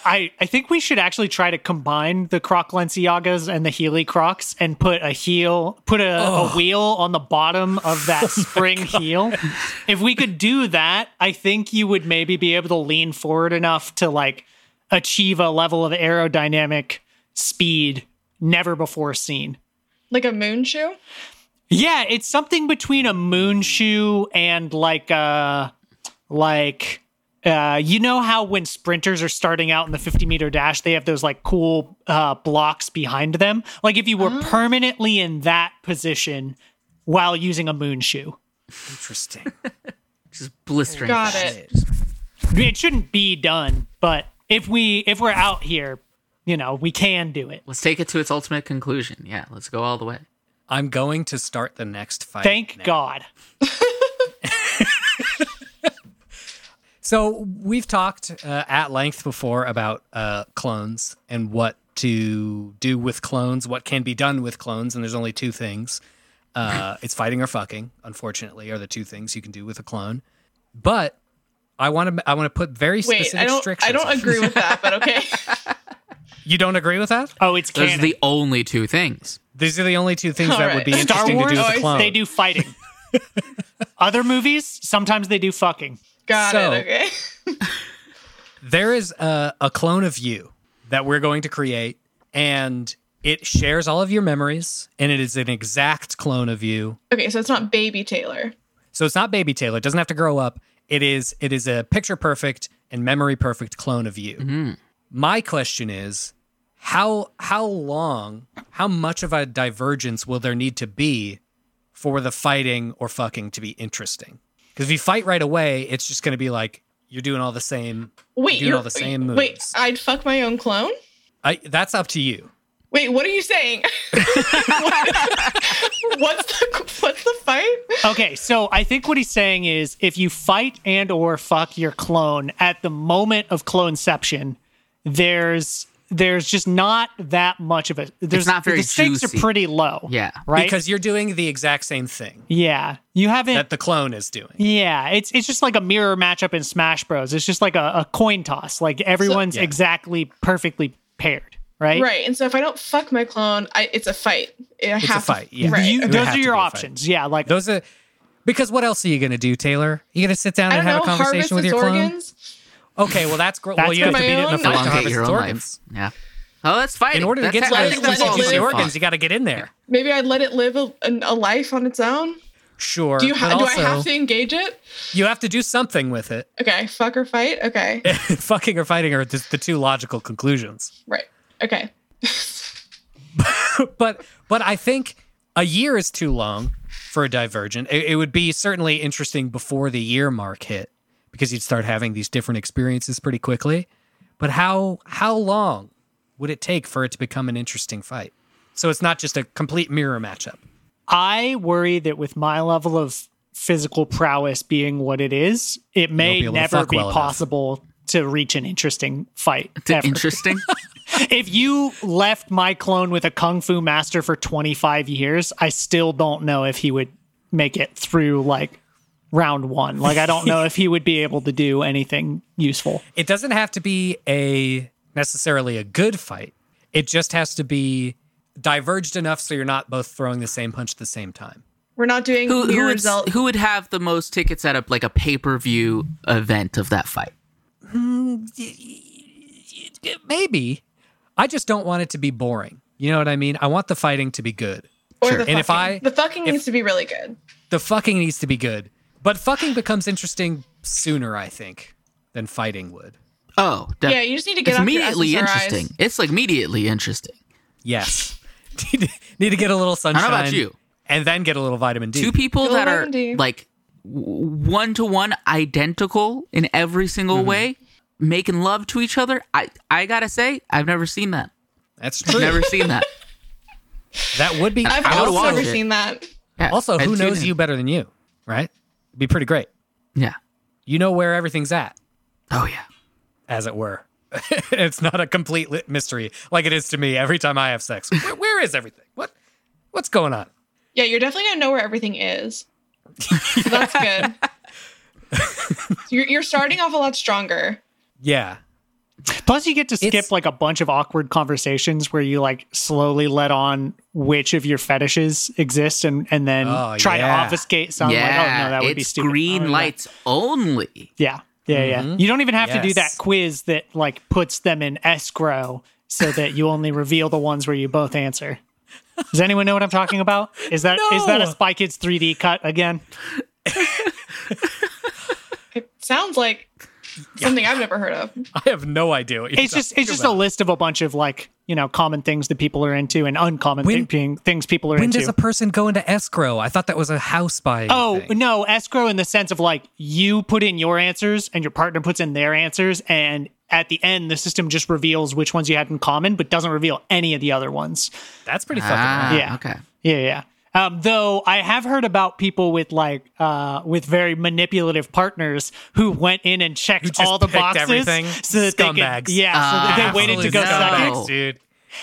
I, I think we should actually try to combine the Croc Lenciagas and the Healy Crocs and put a heel, put a, a wheel on the bottom of that spring heel. If we could do that, I think you would maybe be able to lean forward enough to like achieve a level of aerodynamic speed never before seen. like a moon shoe Yeah, it's something between a moon shoe and like uh like uh you know how when sprinters are starting out in the 50 meter dash they have those like cool uh blocks behind them? Like if you were permanently in that position while using a moon shoe. Interesting. <laughs> Just blistering. got fast. it It shouldn't be done, but if we if we're out here, you know, we can do it. Let's take it to its ultimate conclusion. Yeah, let's go all the way. I'm going to start the next fight. Thank now. God. So we've talked uh, at length before about uh, clones and what to do with clones, what can be done with clones, and there's only two things. Uh, it's fighting or fucking, unfortunately, are the two things you can do with a clone. But I want to I want to put very wait specific i don't strictures. i don't on- agree with that but okay <laughs> <laughs> You don't agree with that? Oh, it's Those canon. are the only two things. These are the only two things All that right. would be Star Star interesting Wars, to do with always- a clone. they <laughs> do fighting. Other movies, sometimes they do fucking. got So- it okay there is a, a clone of you that we're going to create and it shares all of your memories and it is an exact clone of you okay so it's not baby taylor so it's not baby taylor it doesn't have to grow up it is it is a picture perfect and memory perfect clone of you Mm-hmm. my question is how how long how much of a divergence will there need to be for the fighting or fucking to be interesting because if you fight right away it's just going to be like you're doing all the same wait doing you're all the same moves wait i'd fuck my own clone I, that's up to you Wait, what are you saying? <laughs> what's the what's the fight? Okay, so I think what he's saying is if you fight and or fuck your clone at the moment of cloneception, there's there's just not that much of it. There's not very the stakes juicy. are pretty low. Yeah. Right? because you're doing the exact same thing yeah. You haven't that the clone is doing. Yeah, it's it's just like a mirror matchup in Smash Bros. It's just like a, a coin toss. Like everyone's yeah. exactly perfectly paired, right? Right. And so if I don't fuck my clone, I, it's a fight. I It's have a fight. To, Yeah, Right. You, It would those have are to your be a fight. options. Yeah, like Those are because what else are you going to do, Taylor? You going to sit down I and don't have know. a conversation harvest with its your clone? organs. Okay, well that's great. That's Well, you have to good. beat it in a My fight own- to Elongate harvest your its own organs. life. Yeah. Oh, that's fighting. In order to That's get to how- those I Let it- think let that's it how juicy live. you organs, fought. you got to get in there. Maybe I'd let it live a- an, a life on its own. Sure. Do you but ha- do also, I have to engage it? You have to do something with it. <laughs> Okay, fuck or fight. Okay, Fucking or fighting are just the two logical conclusions. right. Okay, But but I think a year is too long for a divergent. It, it would be certainly interesting before the year mark hit because you'd start having these different experiences pretty quickly. But how how long would it take for it to become an interesting fight? So it's not just a complete mirror matchup. I worry that with my level of physical prowess being what it is, it may You'll be able to never fuck be well enough. possible to reach an interesting <laughs> fight. ever. Interesting. if you left my clone with a kung fu master for 25 years, I still don't know if he would make it through like round one. Like, I don't <laughs> know if he would be able to do anything useful. it doesn't have to be a necessarily a good fight. It just has to be diverged enough so you're not both throwing the same punch at the same time. we're not doing who, who mirror would, result. who would have the most tickets at a like a pay per view event of that fight? Maybe. I just don't want it to be boring. You know what I mean? I want the fighting to be good. or Sure. the fucking. And if I- the fucking needs to be really good. The fucking needs to be good. But fucking becomes interesting sooner, I think, than fighting would. Oh, def- Yeah, you just need to get it's off your immediately SSRIs. interesting. It's like immediately interesting. Yes. <laughs> Need to get a little sunshine. about you? And then get a little vitamin D. Two people Go that are Randy. like one to one identical in every single Mm-hmm. way, making love to each other. I I gotta say, I've never seen that. That's true. <laughs> Never seen that. that would be. I've I would also watch never it. seen that. Yeah, also, I'd who tune knows in. you better than you, right? It'd be pretty great. Yeah. you know where everything's at, Oh yeah. as it were. <laughs> it's not a complete lit mystery like it is to me every time I have sex. <laughs> Where, where is everything? What what's going on? Yeah, you're definitely gonna know where everything is. So <laughs> that's good. So you're, you're starting off a lot stronger. Yeah. <laughs> Plus, you get to skip It's- like a bunch of awkward conversations where you like slowly let on which of your fetishes exist and and then Oh, try yeah. to obfuscate some. yeah. like, oh no, that it's would be stupid. green Oh, yeah. lights only. Yeah, yeah, yeah. Mhm. You don't even have to do that Yes. quiz that like puts them in escrow so that <laughs> you only reveal the ones where you both answer. Does anyone know what I'm talking about? Is that is that a No. Spy Kids 3D cut again? It sounds like something I've never heard of. I have no idea what you're It's just talking it's just a about. list of a bunch of like you know common things that people are into and uncommon When- thi- things people are When into. does a person go into escrow? I thought that was a house buying. Oh thing. no, escrow in the sense of like you put in your answers and your partner puts in their answers, and at the end the system just reveals which ones you had in common, but doesn't reveal any of the other ones. That's pretty fucking Ah, wild. Yeah. Okay. Yeah, yeah. Um, though I have heard about people with like uh, with very manipulative partners who went in and checked Who just all the picked boxes everything. so that they Scumbags. Ah, could, yeah, so that they waited to Absolute go scumbags. second. scumbags, dude.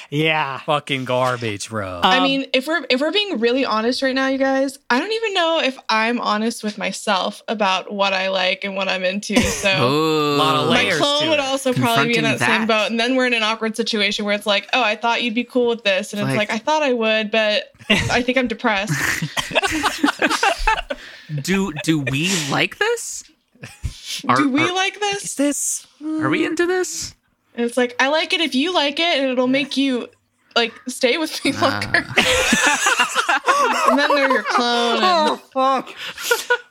Yeah, Fucking garbage, bro. I Um, mean, if we're if we're being really honest right now, you guys, I don't even know if I'm honest with myself about what I like and what <laughs> I'm into. So Oh, Lot of my layers to clone would it. also probably be in that, Confronting same that. boat, and then we're in an awkward situation where it's like, oh, I thought you'd be cool with this, and it's Like- like, I thought I would, but I think I'm depressed. <laughs> do do we like this? Are, <laughs> Do we are, like this? is this are we into this? And it's like, I like it if you like it, and it'll make you like stay with me <laughs> longer. and then they're your clone. Oh. And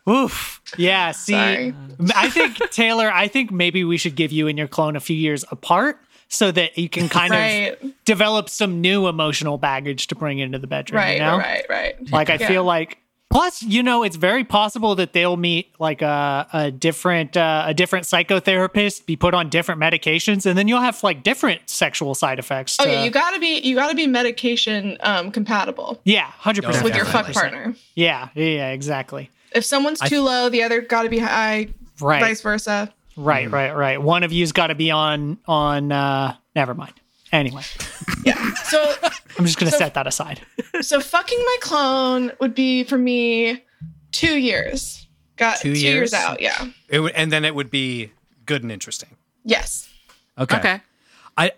oof. Yeah, see, Sorry. I think Taylor, I think maybe we should give you and your clone a few years apart so that you can kind right, of develop some new emotional baggage to bring into the bedroom. right, you know? right, right. Like I Yeah. feel like plus you know it's very possible that they'll meet like a a different uh, a different psychotherapist, be put on different medications, and then you'll have like different sexual side effects. Oh to- yeah, you gotta be you gotta be medication um, compatible yeah, hundred percent with your Definitely. fuck partner. Yeah, yeah, yeah, exactly. If someone's too low, the other gotta be high. Right, Vice versa. right, right, right. One of you's got to be on on. uh Never mind. Anyway, <laughs> So I'm just gonna So- set that aside. so fucking my clone would be for me two years. Got Two two, years? years? out. Yeah. it would, and then it would be good and interesting. Yes. Okay. I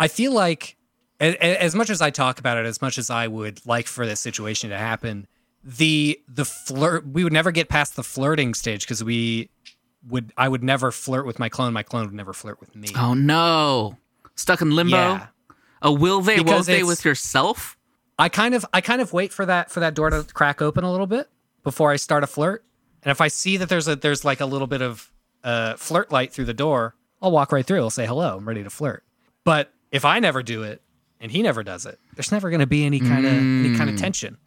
I feel like a- a- as much as I talk about it, as much as I would like for this situation to happen, the the flirt we would never get past the flirting stage because we would I would never flirt with my clone. My clone would never flirt with me. Oh no. Stuck in limbo. Yeah. A will they Because won't they it's- with yourself? I kind of I kind of wait for that for that door to crack open a little bit before I start a flirt. And if I see that there's a there's like a little bit of uh, flirt light through the door, I'll walk right through. I'll say hello. I'm ready to flirt. But if I never do it and he never does it, there's never going to be any kind of any kind of tension.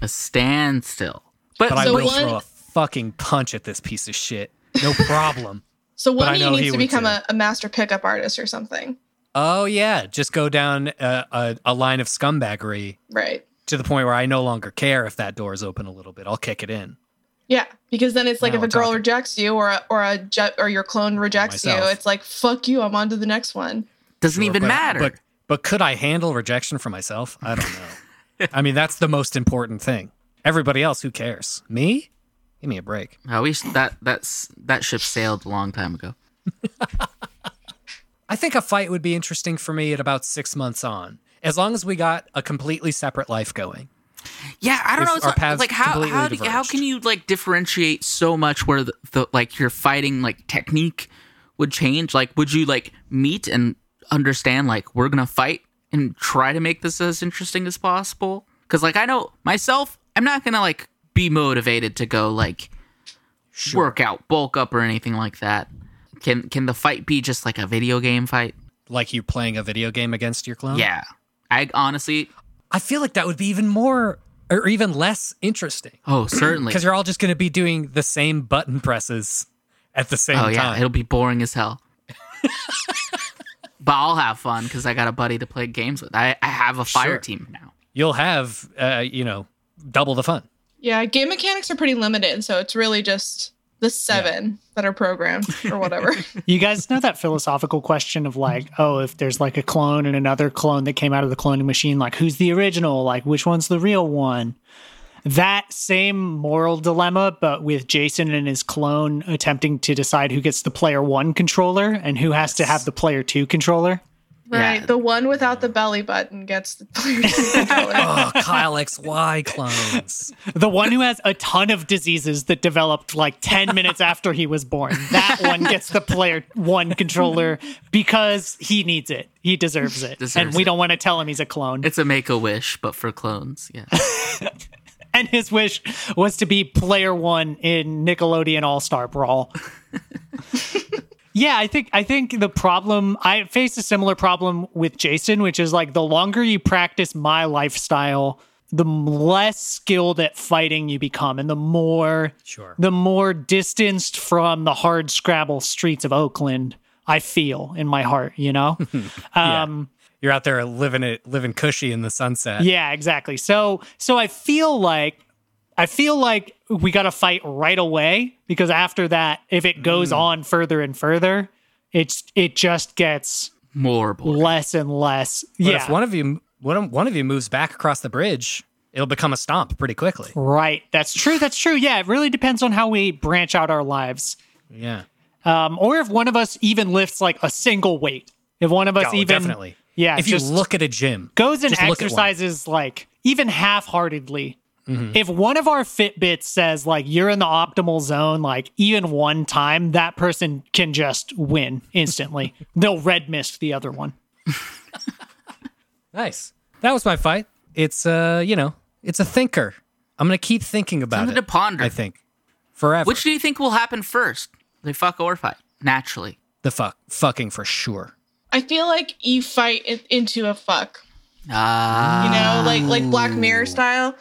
A standstill. But, But I So will one- throw a fucking punch at this piece of shit. No problem. So I one of you know he needs to would become too. a, a master pickup artist or something, <laughs> oh yeah, just go down a, a, a line of scumbaggery right? to the point where I no longer care if that door is open a little bit. I'll kick it in. Yeah, because then it's like Now if we're a girl talking. rejects you or a, or a je- or your clone rejects you, Myself. it's like fuck you, I'm on to the next one. doesn't even But- matter. But but could I handle rejection for myself? I don't <laughs> know. I mean, that's the most important thing. Everybody else, who cares? Me? Give me a break. I wish that that's that ship sailed a long time ago. I think a fight would be interesting for me at about six months on, as long as we got a completely separate life going. Yeah, I don't If know. It's our not- paths like how completely how, do, you- how diverged. can you like differentiate so much where the, the like your fighting like technique would change? Like, would you like meet and understand like we're gonna fight and try to make this as interesting as possible? Because like I know myself, I'm not gonna like be motivated to go like work out, bulk up, or anything like that. Can can the fight be just like a video game fight? Like you playing a video game against your clone? Yeah, I honestly. I feel like that would be even more or even less interesting <clears throat> Oh, certainly. because you're all just going to be doing the same button presses at the same Oh yeah, time. it'll be boring as hell. but I'll have fun because I got a buddy to play games with. I, I have a fire Sure. team now. You'll have, uh, you know, double the <laughs> fun. Yeah, game mechanics are pretty limited, so it's really just the seven that are programmed <laughs> or whatever. You guys know that philosophical question of like, oh, if there's like a clone and another clone that came out of the cloning machine, like who's the original? Like which one's the real one? That same moral dilemma, but with Jason and his clone attempting to decide who gets the player one controller and who has to have the player two controller. <laughs> right, Yeah. the one without the belly button gets the <laughs> player's <laughs> color. Oh, Kyle XY clones. The one who has a ton of diseases that developed like 10 minutes after he was born. That one gets the player one controller because he needs it. He deserves it. and Deserves we it. don't want to tell him he's a clone. It's a make a wish, but for clones. Yeah, <laughs> and his wish was to be player one in Nickelodeon All Star Brawl. yeah, I think I think the problem I faced a similar problem with Jason, which is like the longer you practice my lifestyle, the m- less skilled at fighting you become, and the more Sure. the more distanced from the hard scrabble streets of Oakland I feel in my heart. You know. <laughs> Um, You're out there living it, living cushy in the sunset. Yeah, exactly. So so I feel like I feel like we got to fight right away because after that, if it goes Mm. on further and further, it's it just gets more boring. less and less. But yeah, if one of you one one of you moves back across the bridge, it'll become a stomp pretty quickly. right. That's true. That's true. Yeah, it really depends on how we branch out our lives, Yeah. um, or if one of us even lifts like a single weight. If one of us Oh, even definitely. yeah, If you just- look at a gym, goes and just look at one. exercises like even half-heartedly Mm-hmm. if one of our fitbits says like you're in the optimal zone like even one time that person can just win <laughs> instantly they'll red mist the other one Nice. That was my fight. It's uh, you know, it's a thinker. I'm gonna keep thinking about Something it. to ponder. I think forever. Which do you think will happen first? The fuck or fight? Naturally. the fuck, fucking for sure. <laughs> I feel like you fight it into a fuck. Ah, you know, like like Black Mirror style,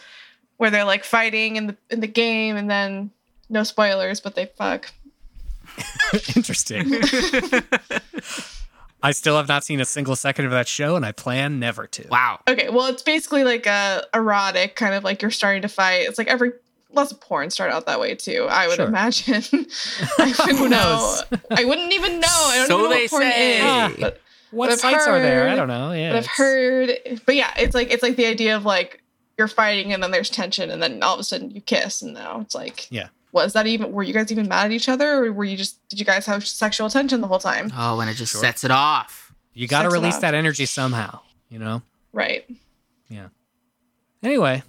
where they're like fighting in the in the game, and then no spoilers, but they fuck. Interesting. I still have not seen a single second of that show, and I plan never to. wow. Okay, well, it's basically like a erotic kind of like you're starting to fight. It's like every lots of porn start out that way too. I would Sure. imagine. <laughs> I <laughs> wouldn't Who know. knows? I wouldn't even know. I don't So even know they what porn say. Ah, is. But, What But I've sites are there? I heard- don't know. Yeah, but I've it's- heard. But yeah, it's like it's like the idea of like you're fighting, and then there's tension, and then all of a sudden you kiss, and now it's like Yeah. was that even were you guys even mad at each other or were you just did you guys have sexual tension the whole <gasps> time Oh, and it just Sure. sets it off. You got to Sex release lab. that energy somehow. You know. right Anyway, That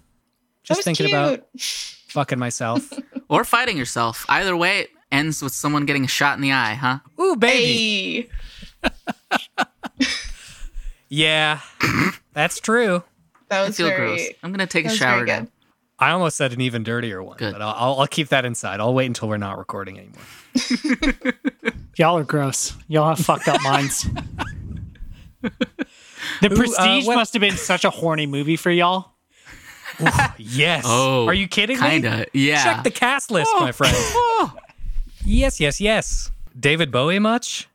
just was thinking cute. about fucking <laughs> myself. Or fighting yourself. Either way, it ends with someone getting a shot in the eye, huh? Ooh, baby. hey Yeah, that's true. that I was feel very <coughs> gross. I'm gonna take that a was shower very now. good I almost said an even dirtier one, Good. but I'll- I'll, I'll keep that inside. I'll wait until we're not recording <laughs> anymore. Y'all are gross. Y'all have fucked <laughs> up minds. the uh, Prestige what- must have been such a horny movie for y'all. Yes. Oh, are you kidding me? kinda, <gasps> yeah. Check the cast list, Oh. my friend. <laughs> yes, yes, yes. David Bowie much?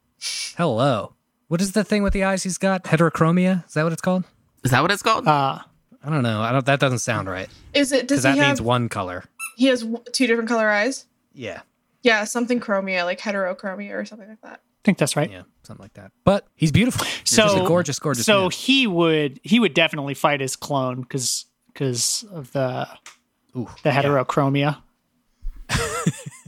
Hello. What is the thing with the eyes he's got? Heterochromia? Is that what it's called? Is that what it's called? Uh, I don't know. I don't. That doesn't sound right. Is it? Does Because that he means have? one color. He has w- two different color eyes. Yeah. Yeah, something chromia, like heterochromia or something like that. I think that's right. Yeah. Something like that. But he's beautiful. So He's a gorgeous, gorgeous. So man. he would he would definitely fight his clone because because of the Ooh, the heterochromia.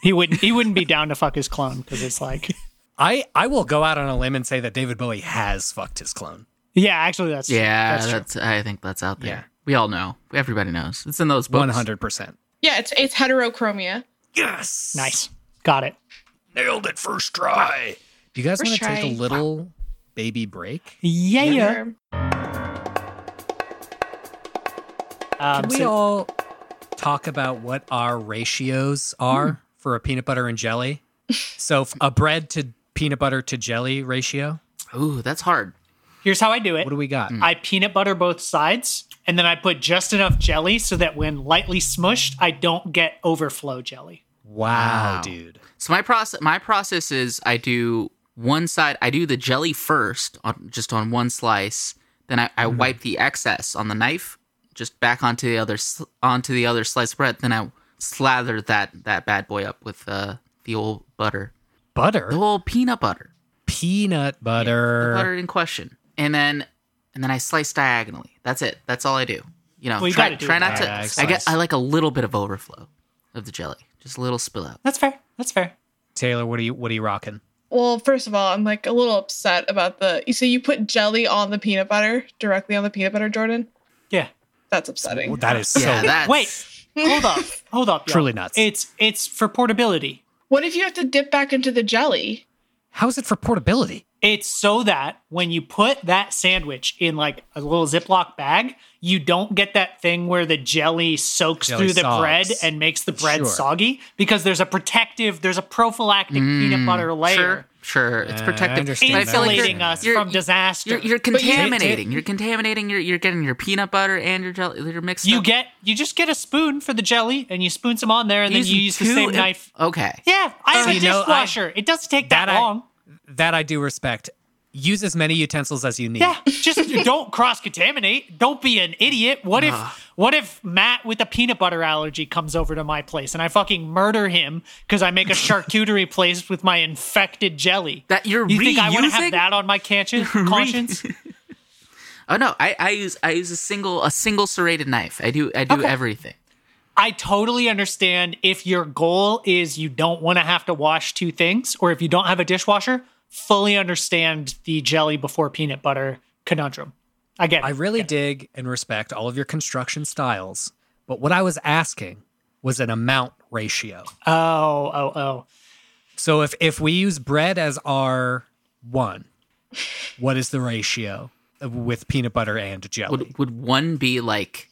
he wouldn't he wouldn't be down to fuck his clone because it's like I I will go out on a limb and say that David Bowie has fucked his clone. yeah actually that's yeah, that's, that's, true. I think that's out there. Yeah. We all know. Everybody knows. It's in those books. One hundred percent. Yeah, it's it's heterochromia. Yes. nice got it Nailed it first try. Do you guys want First to take a try. little baby break? yeah yeah. Sure. Um, Can we so- all talk about what our ratios are for a peanut butter and jelly? so f- a bread to peanut butter to jelly ratio. Ooh, that's hard. here's how I do it. What do we got? I peanut butter both sides, and then I put just enough jelly so that when lightly smushed, I don't get overflow jelly. Wow, Wow. dude. So my process my process is I do one side I do the jelly first on just on one slice, then I, Mm-hmm. I wipe the excess on the knife just back onto the other sl- onto the other slice of bread, then I slather that that bad boy up with uh, the old butter. Butter, The old peanut butter. peanut butter. The butter in question. And then and then I slice diagonally. That's it. That's all I do. You know, Well, you try, gotta do try it not diagonally. to I get I like a little bit of overflow of the jelly. Just a little spill out. That's fair. That's fair. Taylor, what are you what are you rocking? Well, first of all, I'm like a little upset about the. So you put jelly on the peanut butter directly on the peanut butter, Jordan. Yeah. That's upsetting. Well, that is so. Yeah, that's Oh, Wait. Hold up. <laughs> Hold up. y'all. Truly nuts. It's it's for portability. What if you have to dip back into the jelly? How is it for portability? It's so that when you put that sandwich in like a little Ziploc bag, you don't get that thing where the jelly soaks Jelly through the sobs. bread and makes the bread Sure. soggy because there's a protective, there's a prophylactic peanut butter layer. Mm. Sure, sure. It's Yeah, I protective. understand But I feel like you're- insulating us you're- from disaster. You're, you're you- contaminating. You're contaminating. You're, you're getting your peanut butter and your jelly. You're mixed. you up. get you just get a spoon for the jelly and you spoon some on there and then Using you use the two same im- knife. Okay. Yeah, I have a You know, I- dishwasher. it doesn't take that, That I- long. That I do respect. Use as many utensils as you need. Yeah, <laughs> just don't cross contaminate. Don't be an idiot. What if what if Matt with a peanut butter allergy comes over to my place and I fucking murder him because I make a <laughs> charcuterie place with my infected jelly? That you're you think I want to reusing? have that on my <laughs> conscience? conscience? Oh no. I, I use I use a single a single serrated knife. I do I do everything. I totally understand if your goal is you don't want to have to wash two things, or if you don't have a dishwasher. Fully understand the jelly before peanut butter conundrum. I get. It. I really dig and respect all of your construction styles, but what I was asking was an amount ratio. oh oh oh. So if if we use bread as our one, what is the ratio with peanut butter and jelly? Would would one be like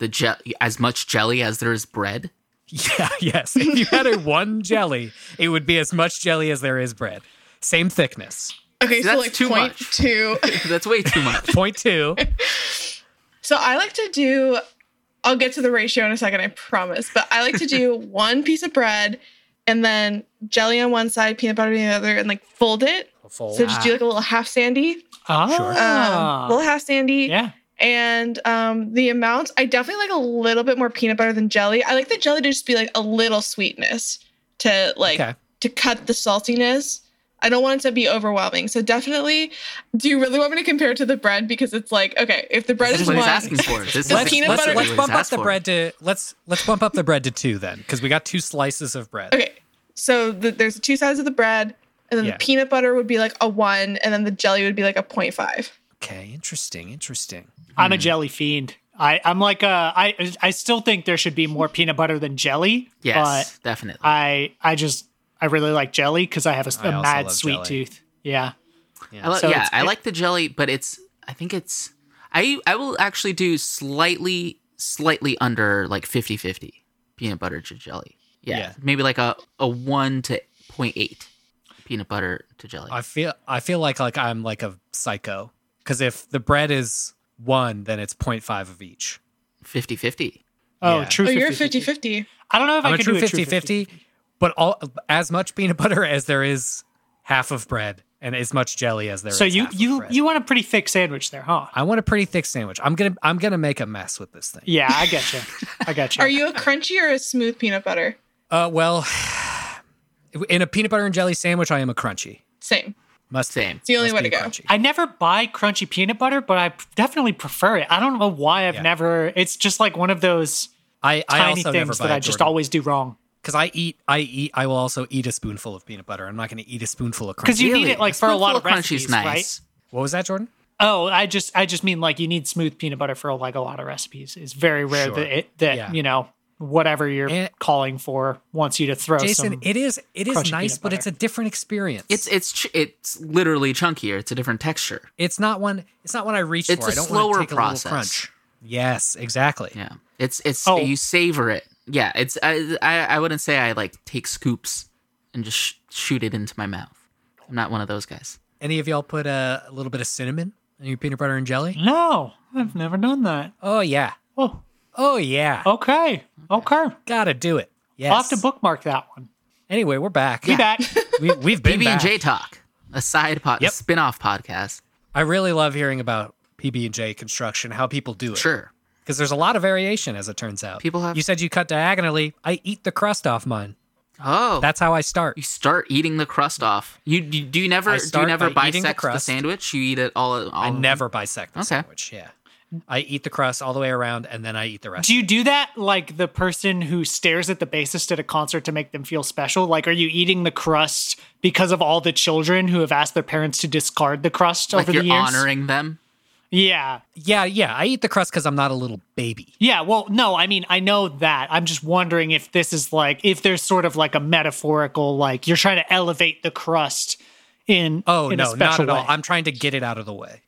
the je- as much jelly as there is bread? <laughs> yeah, yes. If you had a one jelly, it would be as much jelly as there is bread. Same thickness. Okay, so That's like too point much. <laughs> two. That's way too much. Point two. So I like to do. I'll get to the ratio in a second, I promise. But I like <laughs> to do one piece of bread and then jelly on one side, peanut butter on the other, and like fold it. Full. So just do like a little half sandy, um, Ah, little half sandy, yeah. and um, the amount. I definitely like a little bit more peanut butter than jelly. I like the jelly to just be like a little sweetness to like Okay. to cut the saltiness. I don't want it to be overwhelming. So definitely, do you really want me to compare it to the bread? Because it's like okay, if the bread This is is what one, he's asking for. This is The Let's, peanut let's, let's butter- what he's bump up asked the for. bread to let's let's bump up the bread to two then, because we got two slices of bread. Okay, so the, there's two sides of the bread, and then Yeah. the peanut butter would be like a one, and then the jelly would be like a 0.5. Okay, interesting, interesting. I'm a jelly fiend. I, I'm like uh, I I still think there should be more peanut butter than jelly. Yes, definitely. But I I just I really like jelly because I have a, I a also mad love sweet jelly. tooth. Yeah. I li- So yeah, it's- I like the jelly, but it's. I think it's. I I will actually do slightly slightly under like 50 50 peanut butter to jelly. Yeah, Yeah. Maybe like a, a 1 to 0.8 peanut butter to jelly. I feel I feel like like I'm like a psycho because if the bread is one, then it's 0.5 of each. 50 50. Oh, Yeah. true. Oh, 50, you're 50 50. I don't know if i I'm a could true do a 50 true 50. 50, but all as much peanut butter <laughs> as there is half of bread, and as much jelly as there is. So you half of you bread. you want a pretty thick sandwich there, huh? I want a pretty thick sandwich. I'm gonna I'm gonna make a mess with this thing. Yeah, I get you. <laughs> I get you. Are you a crunchy or a smooth peanut butter? Uh, well, <sighs> in a peanut butter and jelly sandwich, I am a crunchy. Same. Must Same. It's the only must way be to a go. crunchy. I never buy crunchy peanut butter, but I p- definitely prefer it. I don't know why I've Yeah. never. It's just like one of those I, I tiny also never things buy that I just always do wrong. because I eat I eat I will also eat a spoonful of peanut butter. I'm not going to eat a spoonful of Because crunchy. you need Really, it like for a lot of spoonful crunchy's recipes, right? what was that, Jordan? Oh, I just I just mean like you need smooth peanut butter for like a lot of recipes. It's very rare Sure. that it, that Yeah. you know whatever you're And- calling for wants you to throw Jason, some. it is it crunchy is nice, but peanut butter. it's a different experience. It's it's ch- it's literally chunkier. It's a different texture. it's not one it's not one I reach It's for. a I don't slower want to take process. a little crunch. Yes, exactly. Yeah, it's it's Oh. you savor it. Yeah, it's I, I I wouldn't say I like take scoops and just sh- shoot it into my mouth. I'm not one of those guys. Any of y'all put a, a little bit of cinnamon in your peanut butter and jelly? no, I've never done that. Oh yeah. Oh, Oh yeah. okay, okay. Gotta do it. Yes. I'll have to bookmark that one. Anyway, we're back. Be back. <laughs> We, we've been PB and back. J Talk, a side pod, Yep. a spin-off podcast. I really love hearing about PB and J construction, how people do it. Sure. because there's a lot of variation, as it turns out. People have- You said you cut diagonally. I eat the crust off mine. Oh, That's how I start. you start eating the crust off. You, you do you never I do you start never by eating the bisect the, crust. sandwich? You eat it all. all I never bisect the Okay. sandwich. Yeah, I eat the crust all the way around, and then I eat the rest. Do you do that like the person who stares at the bassist at a concert to make them feel special? Like, are you eating the crust because of all the children who have asked their parents to discard the crust Like over you're the years? honoring them. yeah. yeah, yeah. I eat the crust because I'm not a little baby. Yeah. Well, no, I mean, I know that. I'm just wondering if this is like, if there's sort of like a metaphorical, like, you're trying to elevate the crust in, Oh in no, a not special at all. way. I'm trying to get it out of the way.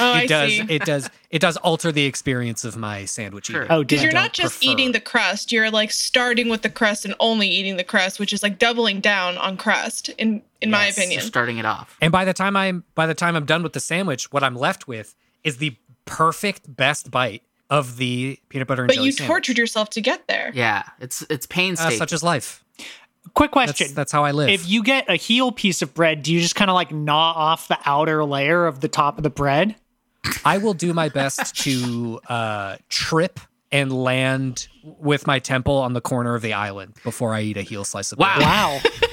Oh, It I does. see. It does. It does alter the experience of my sandwich Sure. eating. oh, damn. Because you're don't- not just prefer. eating the crust, you're like starting with the crust and only eating the crust, which is like doubling down on crust, in in my Yes. opinion. You're starting it off. And by the time I'm by the time I'm done with the sandwich, what I'm left with is the perfect best bite of the peanut butter and But jelly you sandwich. tortured yourself to get there. Yeah, it's it's Uh, painstaking. such is life. Quick question. That's, that's how I live. if you get a heel piece of bread, do you just kind of like gnaw off the outer layer of the top of the bread? I will do my best to uh, trip and land with my temple on the corner of the island before I eat a heel slice of Wow. bread.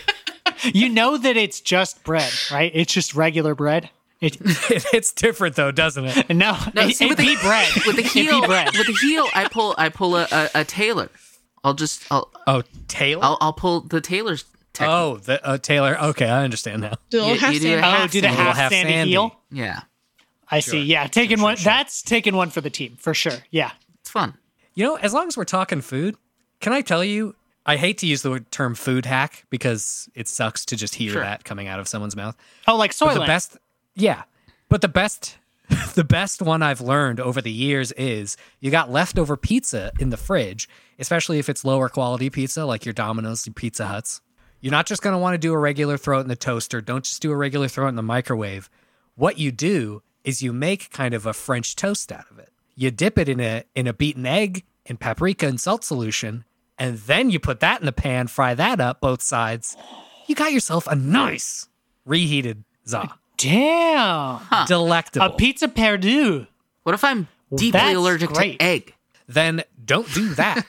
Wow. you know that it's just bread, right? It's just regular bread. It, <laughs> it's different though, doesn't it? <laughs> no, No, it, see, it with the- be bread. <laughs> with the It be heel, bread. with the heel, I pull, I pull a, a, a tailor. I'll just, I'll, Oh, Taylor. I'll, I'll pull the tailor's. technique. oh, the, uh, Taylor. Okay, I understand now. The little You- half you do sandwich. have- oh, do the sandy. half, Little half sandy, sandy. heel. yeah, I see. Yeah, taking one. That's taking one for the team for sure. Yeah. it's fun. You know, as long as we're talking food, can I tell you? I hate to use the word- term "food hack" because it sucks to just hear Sure. that coming out of someone's mouth. Oh, like But the Soylent. best, yeah. But the best, <laughs> the best one I've learned over the years is you got leftover pizza in the fridge, especially if it's lower quality pizza like your Domino's, your Pizza Huts. You're not just going to want to do a regular throw it in the toaster. Don't just do a regular throw it in the microwave. What you do is you make kind of a French toast out of it. You dip it in a in a beaten egg and paprika and salt solution, and then you put that in the pan, fry that up both sides. You got yourself a nice reheated za Damn. delectable. A pizza perdu. What if I'm deeply that's allergic great. to egg? then don't do <laughs> that.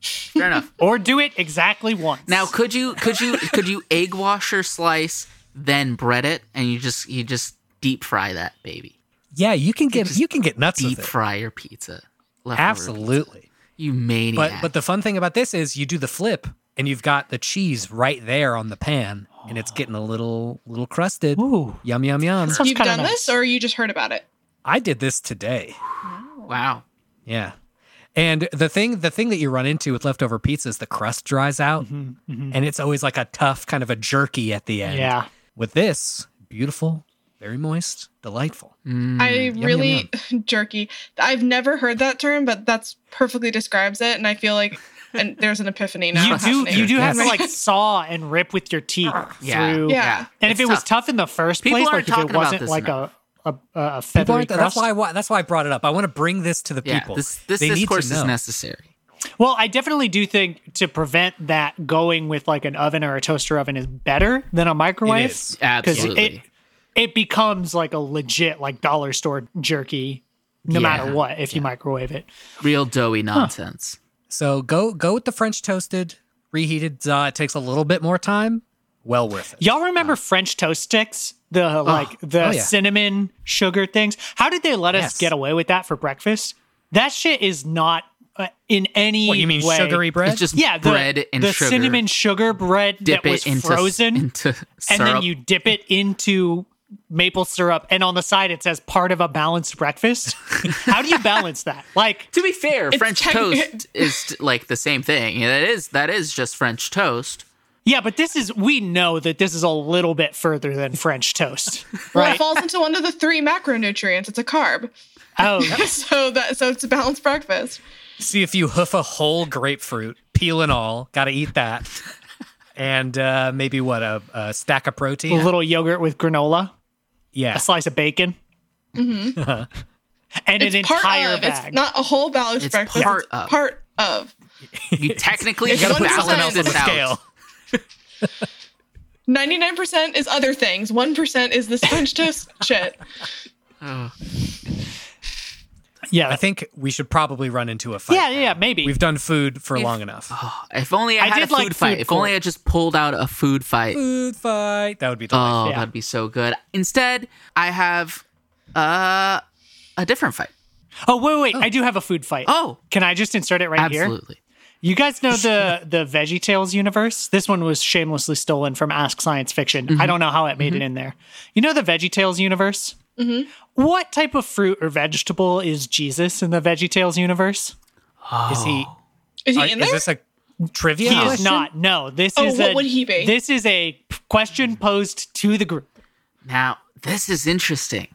Fair enough. Or do it exactly once. Now, could you, could you, could you egg washer slice, then bread it, and you just, you just deep fry that baby. yeah, you can get you can get nuts Deep with it. fry your pizza. Leftover Absolutely. pizza. You maniac. But but the fun thing about this is you do the flip and you've got the cheese right there on the pan and it's getting a little little crusted. Ooh. Yum yum yum. Sounds You've kinda done nice. this or you just heard about it? I did this today. wow. Yeah. And the thing the thing that you run into with leftover pizza is the crust dries out and it's always like a tough kind of a jerky at the end. <laughs> Mm-hmm, Yeah. With this, beautiful, Very moist, delightful. I yum, really <laughs> jerky. I've never heard that term, but that's perfectly describes it, and I feel like and there's an epiphany now. You do happening. you do have to Yes. like saw and rip with your teeth Yeah. through. Yeah. And if It's it was tough. tough in the first People place, like if aren't it talking about wasn't this like a, enough. a a People feathery aren't- that's crust. why, why that's why I brought it up. I want to bring this to the yeah, people. this this They need to discourse is know. necessary. Well, I definitely do think to prevent that going with like an oven or a toaster oven is better than a microwave. is. 'Cause Absolutely. It, it becomes like a legit like dollar store jerky no Yeah. matter what if you microwave it. Real doughy nonsense. So go go with the French toasted, reheated. Uh, it takes a little bit more time. Well worth it. Y'all remember French toast sticks? The like the Uh. Oh, yeah. cinnamon sugar things. How did they let Yes. us get away with that for breakfast? That shit is not uh, in any What you mean, way- sugary bread? It's just Yeah, the, bread and the sugar. cinnamon sugar bread dip that it was into frozen, into and syrup. then you dip it into maple syrup, and on the side it says part of a balanced breakfast. <laughs> How do you balance that? Like, to be fair, French <laughs> tech- toast is like the same thing. That is that is just French toast. yeah, but this is we know that this is a little bit further than French toast, Well, right? it falls into one of the three macronutrients. It's a carb, oh, so that so it's a balanced breakfast. See if you hoof a whole grapefruit, peel and all. Got to eat <laughs> that. and uh, maybe what a, a stack of protein. a little yogurt with granola. yeah. a slice of bacon, and an Mm-hmm. It's part entire of. bag. It's not a whole balanced It's breakfast. part it's of. part of <laughs> You technically It's gotta one percent balance on the this out. ninety nine percent is other things. One percent is this French toast shit. yeah, I think we should probably run into a fight. yeah, yeah, yeah, maybe. We've done food for long enough. If only I, I had a did food like fight. food if only court. I just pulled out a food fight. Food fight. That would be delightful. Oh, Yeah. that'd be so good. Instead, I have uh, a different fight. oh wait, wait, I do have a food fight. Oh. can I just insert it right here? Absolutely. You guys know the the Veggie Tales universe. This one was shamelessly stolen from Ask Science Fiction. I don't know how it made it in there. You know the Veggie Tales universe. Mm-hmm. What type of fruit or vegetable is Jesus in the Veggie Tales universe? Is he? Is he Are, in is there? this a trivia? He is question? not. No, this Oh, is what a, would he be? This is a p- question posed to the group. Now, this is interesting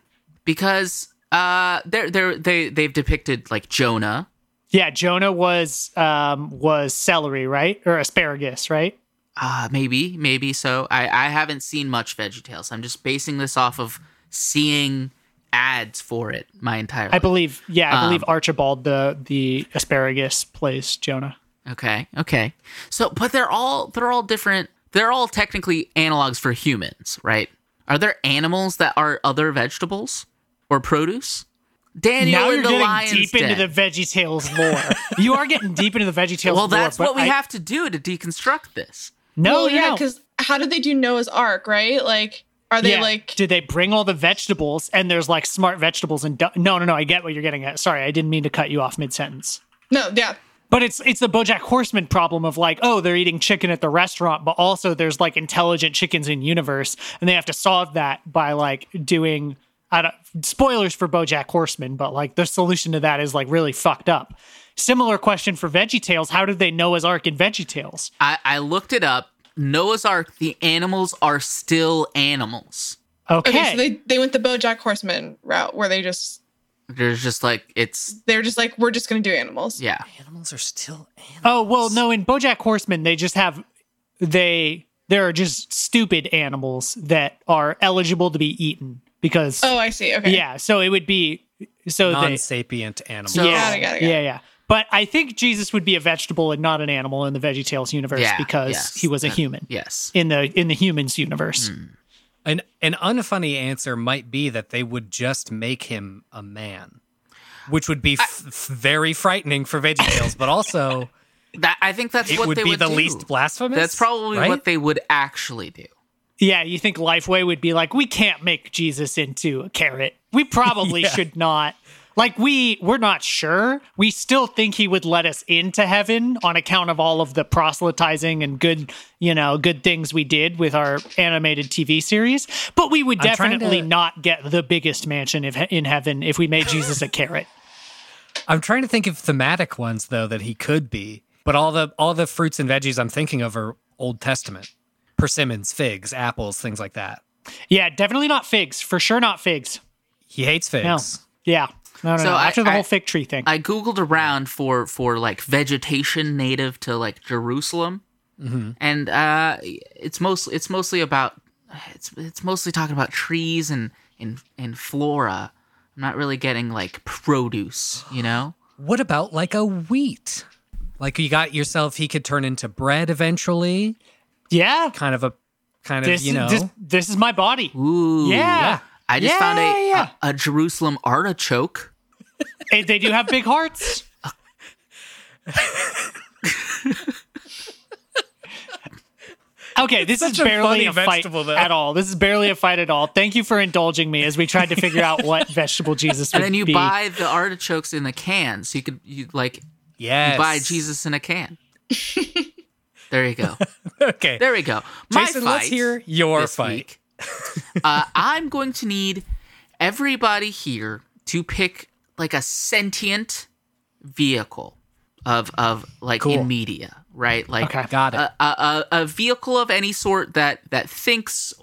because uh, they're, they're, they they've depicted like Jonah. Yeah, Jonah was um was celery, right? Or asparagus, right? Uh, maybe, maybe so. I, I haven't seen much VeggieTales. I'm just basing this off of seeing ads for it my entire I life. believe yeah, I Um, believe Archibald the the asparagus plays Jonah. Okay, okay. So, but they're all they're all different. They're all technically analogs for humans, right? Are there animals that are other vegetables or produce? Daniel now in you're the getting lion's deep into den. the Veggie Tales lore. <laughs> you are getting deep into the Veggie Tales well, lore. that's but what we I- have to do to deconstruct this. No, well, Oh, yeah, Oh, no. because how did they do Noah's Ark? Right? Like, are they Yeah. like? did they bring all the vegetables and there's like smart vegetables and du- no no no i get what you're getting at sorry i didn't mean to cut you off mid-sentence No, yeah. But it's it's the BoJack Horseman problem of like, oh, they're eating chicken at the restaurant, but also there's like intelligent chickens in universe, and they have to solve that by like doing. I don't, spoilers for BoJack Horseman, but like the solution to that is like really fucked up. Similar question for VeggieTales: How did they know as Ark in VeggieTales? I, I looked it up. Noah's Ark. The animals are still animals. Okay, Okay, so they they went the BoJack Horseman route where they just There's just like it's they're just like we're just gonna do animals. yeah. Animals are still animals. oh well, no, in BoJack Horseman they just have they there are just stupid animals that are eligible to be eaten because Oh, I see. Okay. yeah, so it would be so they non-sapient animals. So- yeah, Got it, got it, got it. yeah, yeah. But I think Jesus would be a vegetable and not an animal in the VeggieTales universe Yeah, Hmm. because yes, he was a that- human Yes. in the in the humans universe. An an unfunny answer might be that they would just make him a man, which would be f- f- very frightening for VeggieTales, but also That I think that's it what would they be would the do. least blasphemous. That's probably right? what they would actually do. Yeah, you think Lifeway would be like, we can't make Jesus into a carrot. We <laughs> probably should not. Like we we're not sure. We still think he would let us into heaven on account of all of the proselytizing and good, you know, good things we did with our animated TV series. But we would I'm trying definitely to- not get the biggest mansion if, in heaven if we made Jesus a carrot. I'm trying to think of thematic ones though that he could be, but all the all the fruits and veggies I'm thinking of are Old Testament, persimmons, figs, apples, things like that. Yeah, definitely not figs. For sure, not figs. He hates figs. No. Yeah. No, no, So no. I- After the I- whole fig tree thing. I googled around for for like vegetation native to like Jerusalem, Mm-hmm. and uh, it's mostly it's mostly about it's it's mostly talking about trees and and and flora. I'm not really getting like produce, you know. What about like a wheat? Like you got yourself, he could turn into bread eventually. yeah. Kind of a, kind of This, you know. this, this is my body. Ooh, Yeah. I just Yeah, found a, yeah. a a Jerusalem artichoke. Eh, they do have big <laughs> hearts. okay, this is such a barely funny a, fight vegetable, though. at all. This is barely a fight at all. Thank you for indulging me as we tried to figure out <laughs> what vegetable Jesus would And then you be. buy the artichokes in the can, so you could you like yes. buy Jesus in a can. there you go. <laughs> Okay. There we go. My Jason, fight let's hear your this fight. week. <laughs> uh, I'm going to need everybody here to pick like a sentient vehicle of of like Cool. in media, right? Like Okay. Got it. a, a, a a vehicle of any sort that that thinks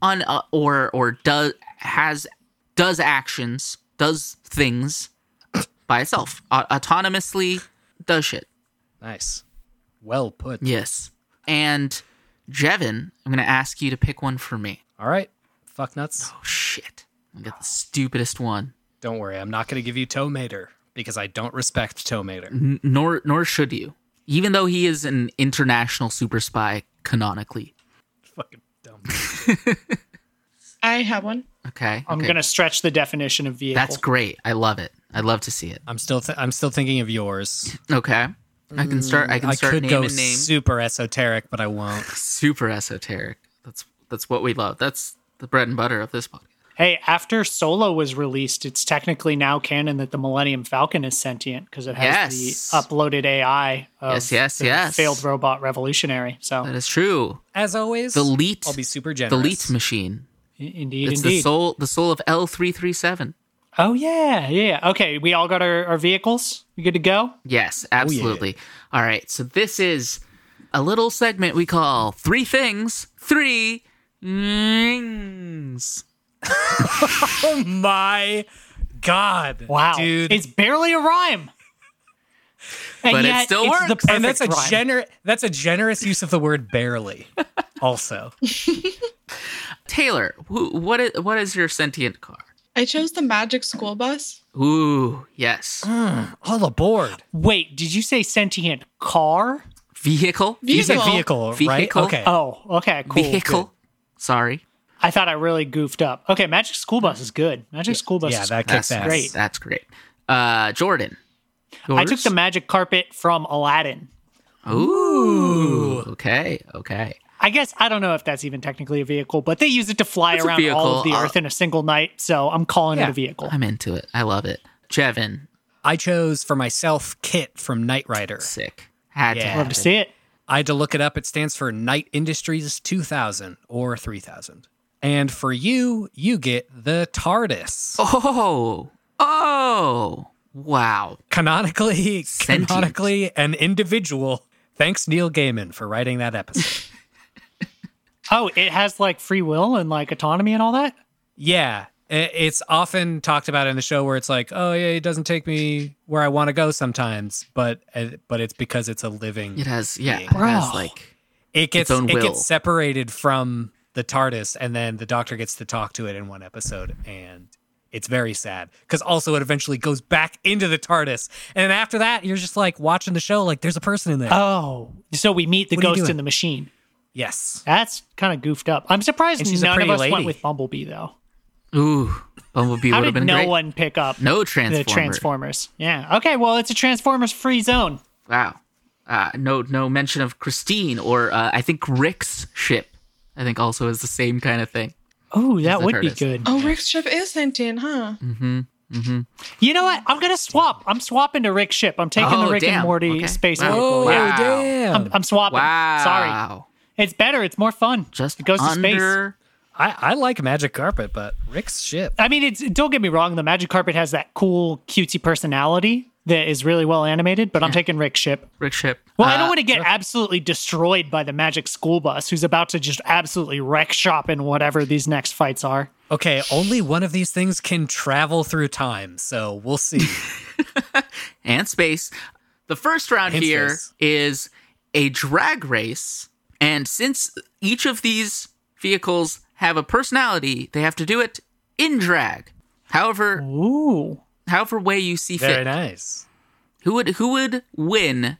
on uh, or or does has does actions, does things by itself, uh, autonomously does shit. nice. Well put. Yes. And Jevin, I'm going to ask you to pick one for me. All right. Fuck nuts. Oh, shit. I got the stupidest one. Don't worry. I'm not going to give you Tomater because I don't respect Tomater. N- nor nor should you. Even though he is an international super spy canonically. <laughs> Fucking dumb. I have one. Okay. I'm okay. going to stretch the definition of vehicle. That's great. I love it. I love to see it. I'm still th- I'm still thinking of yours. Okay. I can start I can Mm, I start could go naming names. super esoteric, but I won't. super esoteric. That's that's what we love. That's the bread and butter of this podcast. Hey, after Solo was released, it's technically now canon that the Millennium Falcon is sentient because it has Yes. the uploaded AI of Yes, yes, the yes. failed robot revolutionary. So, That is true. As always, The leet I'll be super the generous. leet machine. i- indeed, It's indeed. the soul the soul of L three three seven. Oh yeah, yeah. Okay, we all got our, our vehicles. We good to go? Yes, Oh, absolutely. All right, so this is a little segment we call Three Things, Three Things. Oh <laughs> my god! Wow, dude, it's barely a rhyme. And But it yet, still it's The works. perfect and that's a rhyme. gener- that's a generous use of the word barely. also, Taylor, wh- what is, what is your sentient car? I chose the magic school bus. Ooh, yes. Uh, all aboard. Wait, did you say sentient car? Vehicle? You said vehicle, right? Vehicle. Okay. Oh, okay, cool. Vehicle. good. Sorry. I thought I really goofed up. Okay, Magic School Bus is good. Magic School Bus. yeah, is that good. kicks ass. great. That's great. Uh, Jordan. I took the yours? magic carpet from Aladdin. Ooh. Okay. Okay. I guess I don't know if that's even technically a vehicle, but they use it to fly a around all of the vehicle. Uh, earth in a single night. So I'm calling it Yeah. a vehicle. I'm into it. I love it. Jevin. I chose for myself Kit from Knight Rider. Sick. Had to Yeah. have Love to it. see it. I had to look it up. It stands for Knight Industries 2000 or 3000. And for you, you get the TARDIS. Oh, oh, wow. Canonically, Sentient. canonically an individual. Thanks Neil Gaiman for writing that episode. Oh, it has like free will and like autonomy and all that. yeah, i- it's often talked about in the show where it's like, "Oh yeah, it doesn't take me where I want to go sometimes," but uh, but it's because it's a living It has, yeah, it Bro. has like, it gets own it will. gets separated from the TARDIS, and then the Doctor gets to talk to it in one episode, and it's very sad because also it eventually goes back into the TARDIS, and after that you're just like watching the show like there's a person in there. Oh, so we meet the What are you ghost in doing? the machine. yes, That's kind of goofed up. I'm surprised And she's a none of pretty us lady. went with Bumblebee though. ooh, Bumblebee How would have did been no great. one pick up no the Transformer. Transformers? Yeah. Okay. Well, it's a Transformers free zone. Wow. Uh, no, no mention of Christine or uh, I think Rick's ship. I think also is the same kind of thing. Oh, that the would be TARDIS. good. Oh, Rick's ship is sentient, huh? You know what? I'm gonna swap. I'm swapping to Rick ship. I'm taking Oh, the Rick damn. and Morty Okay. space Wow. vehicle. Whoa. Yeah. Wow. Um, damn! I'm, I'm swapping. Wow. Sorry, it's better. It's more fun. Just it goes to space. under. I, I like Magic Carpet, but Rick's ship. I mean, it's don't get me wrong. The magic carpet has that cool, cutesy personality, that is really well animated, but I'm taking Rick Ship. Rick Ship. Well, I Uh, don't want to get absolutely destroyed by the magic school bus who's about to just absolutely wreck shop in whatever these next fights are. Okay, only one of these things can travel through time, so we'll <laughs> see. and space. The first round And here space. is a drag race, and since each of these vehicles have a personality, they have to do it in drag. However, Ooh. however way you see fit. Very nice. Who would who would win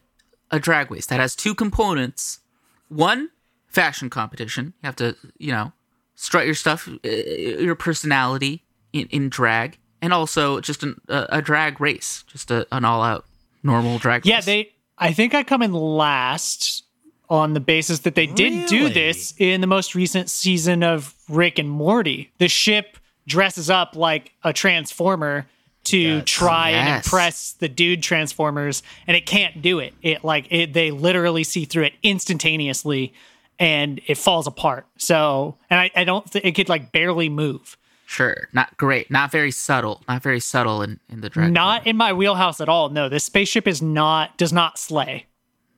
a drag race that has two components? One, fashion competition. You have to, you know, strut your stuff, uh, your personality in, in drag, and also just an, a, a drag race, just a, an all out normal drag Yeah, race. they. I think I come in last on the basis that they did do Really? this in the most recent season of Rick and Morty. The ship dresses up like a transformer to Yes. try and Yes. impress the dude transformers, and it can't do it. It like it, they literally see through it instantaneously, and it falls apart. So, and I, I don't. Th- it could like barely move. sure, not great, not very subtle, not very subtle in in the drag. Not in my wheelhouse at all. No, this spaceship is not does not slay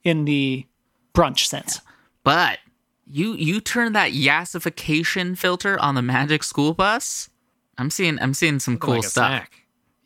in the brunch sense. but you you turn that yassification filter on the magic school bus. I'm seeing I'm seeing some cool Like a stuff. snack.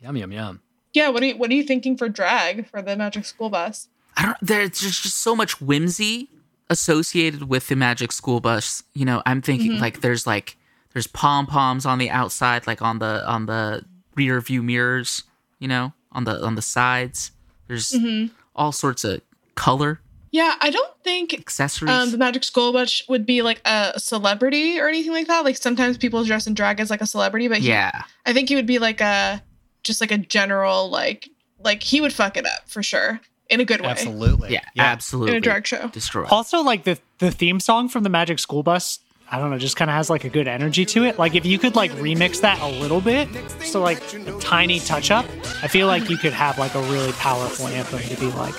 Yum yum yum. Yeah, what are you what are you thinking for drag for the magic school bus? I don't. There's just, just so much whimsy associated with the Magic School Bus. You know, I'm thinking Mm-hmm. like there's like there's pom poms on the outside, like on the on the rear view mirrors. You know, on the on the sides. There's Mm-hmm. all sorts of color Yeah, I don't think accessories. um, the magic school bus would be like a celebrity or anything like that. Like sometimes people dress in drag as like a celebrity, but he- yeah, I think he would be like a just like a general like like he would fuck it up for sure in a good way Absolutely. yeah, in absolutely. a drag show. Destroy. Also, like the the theme song from the Magic School Bus, I don't know, just kind of has like a good energy to it. Like if you could like remix that a little bit, so like a tiny touch up, I feel like you could have like a really powerful anthem to be like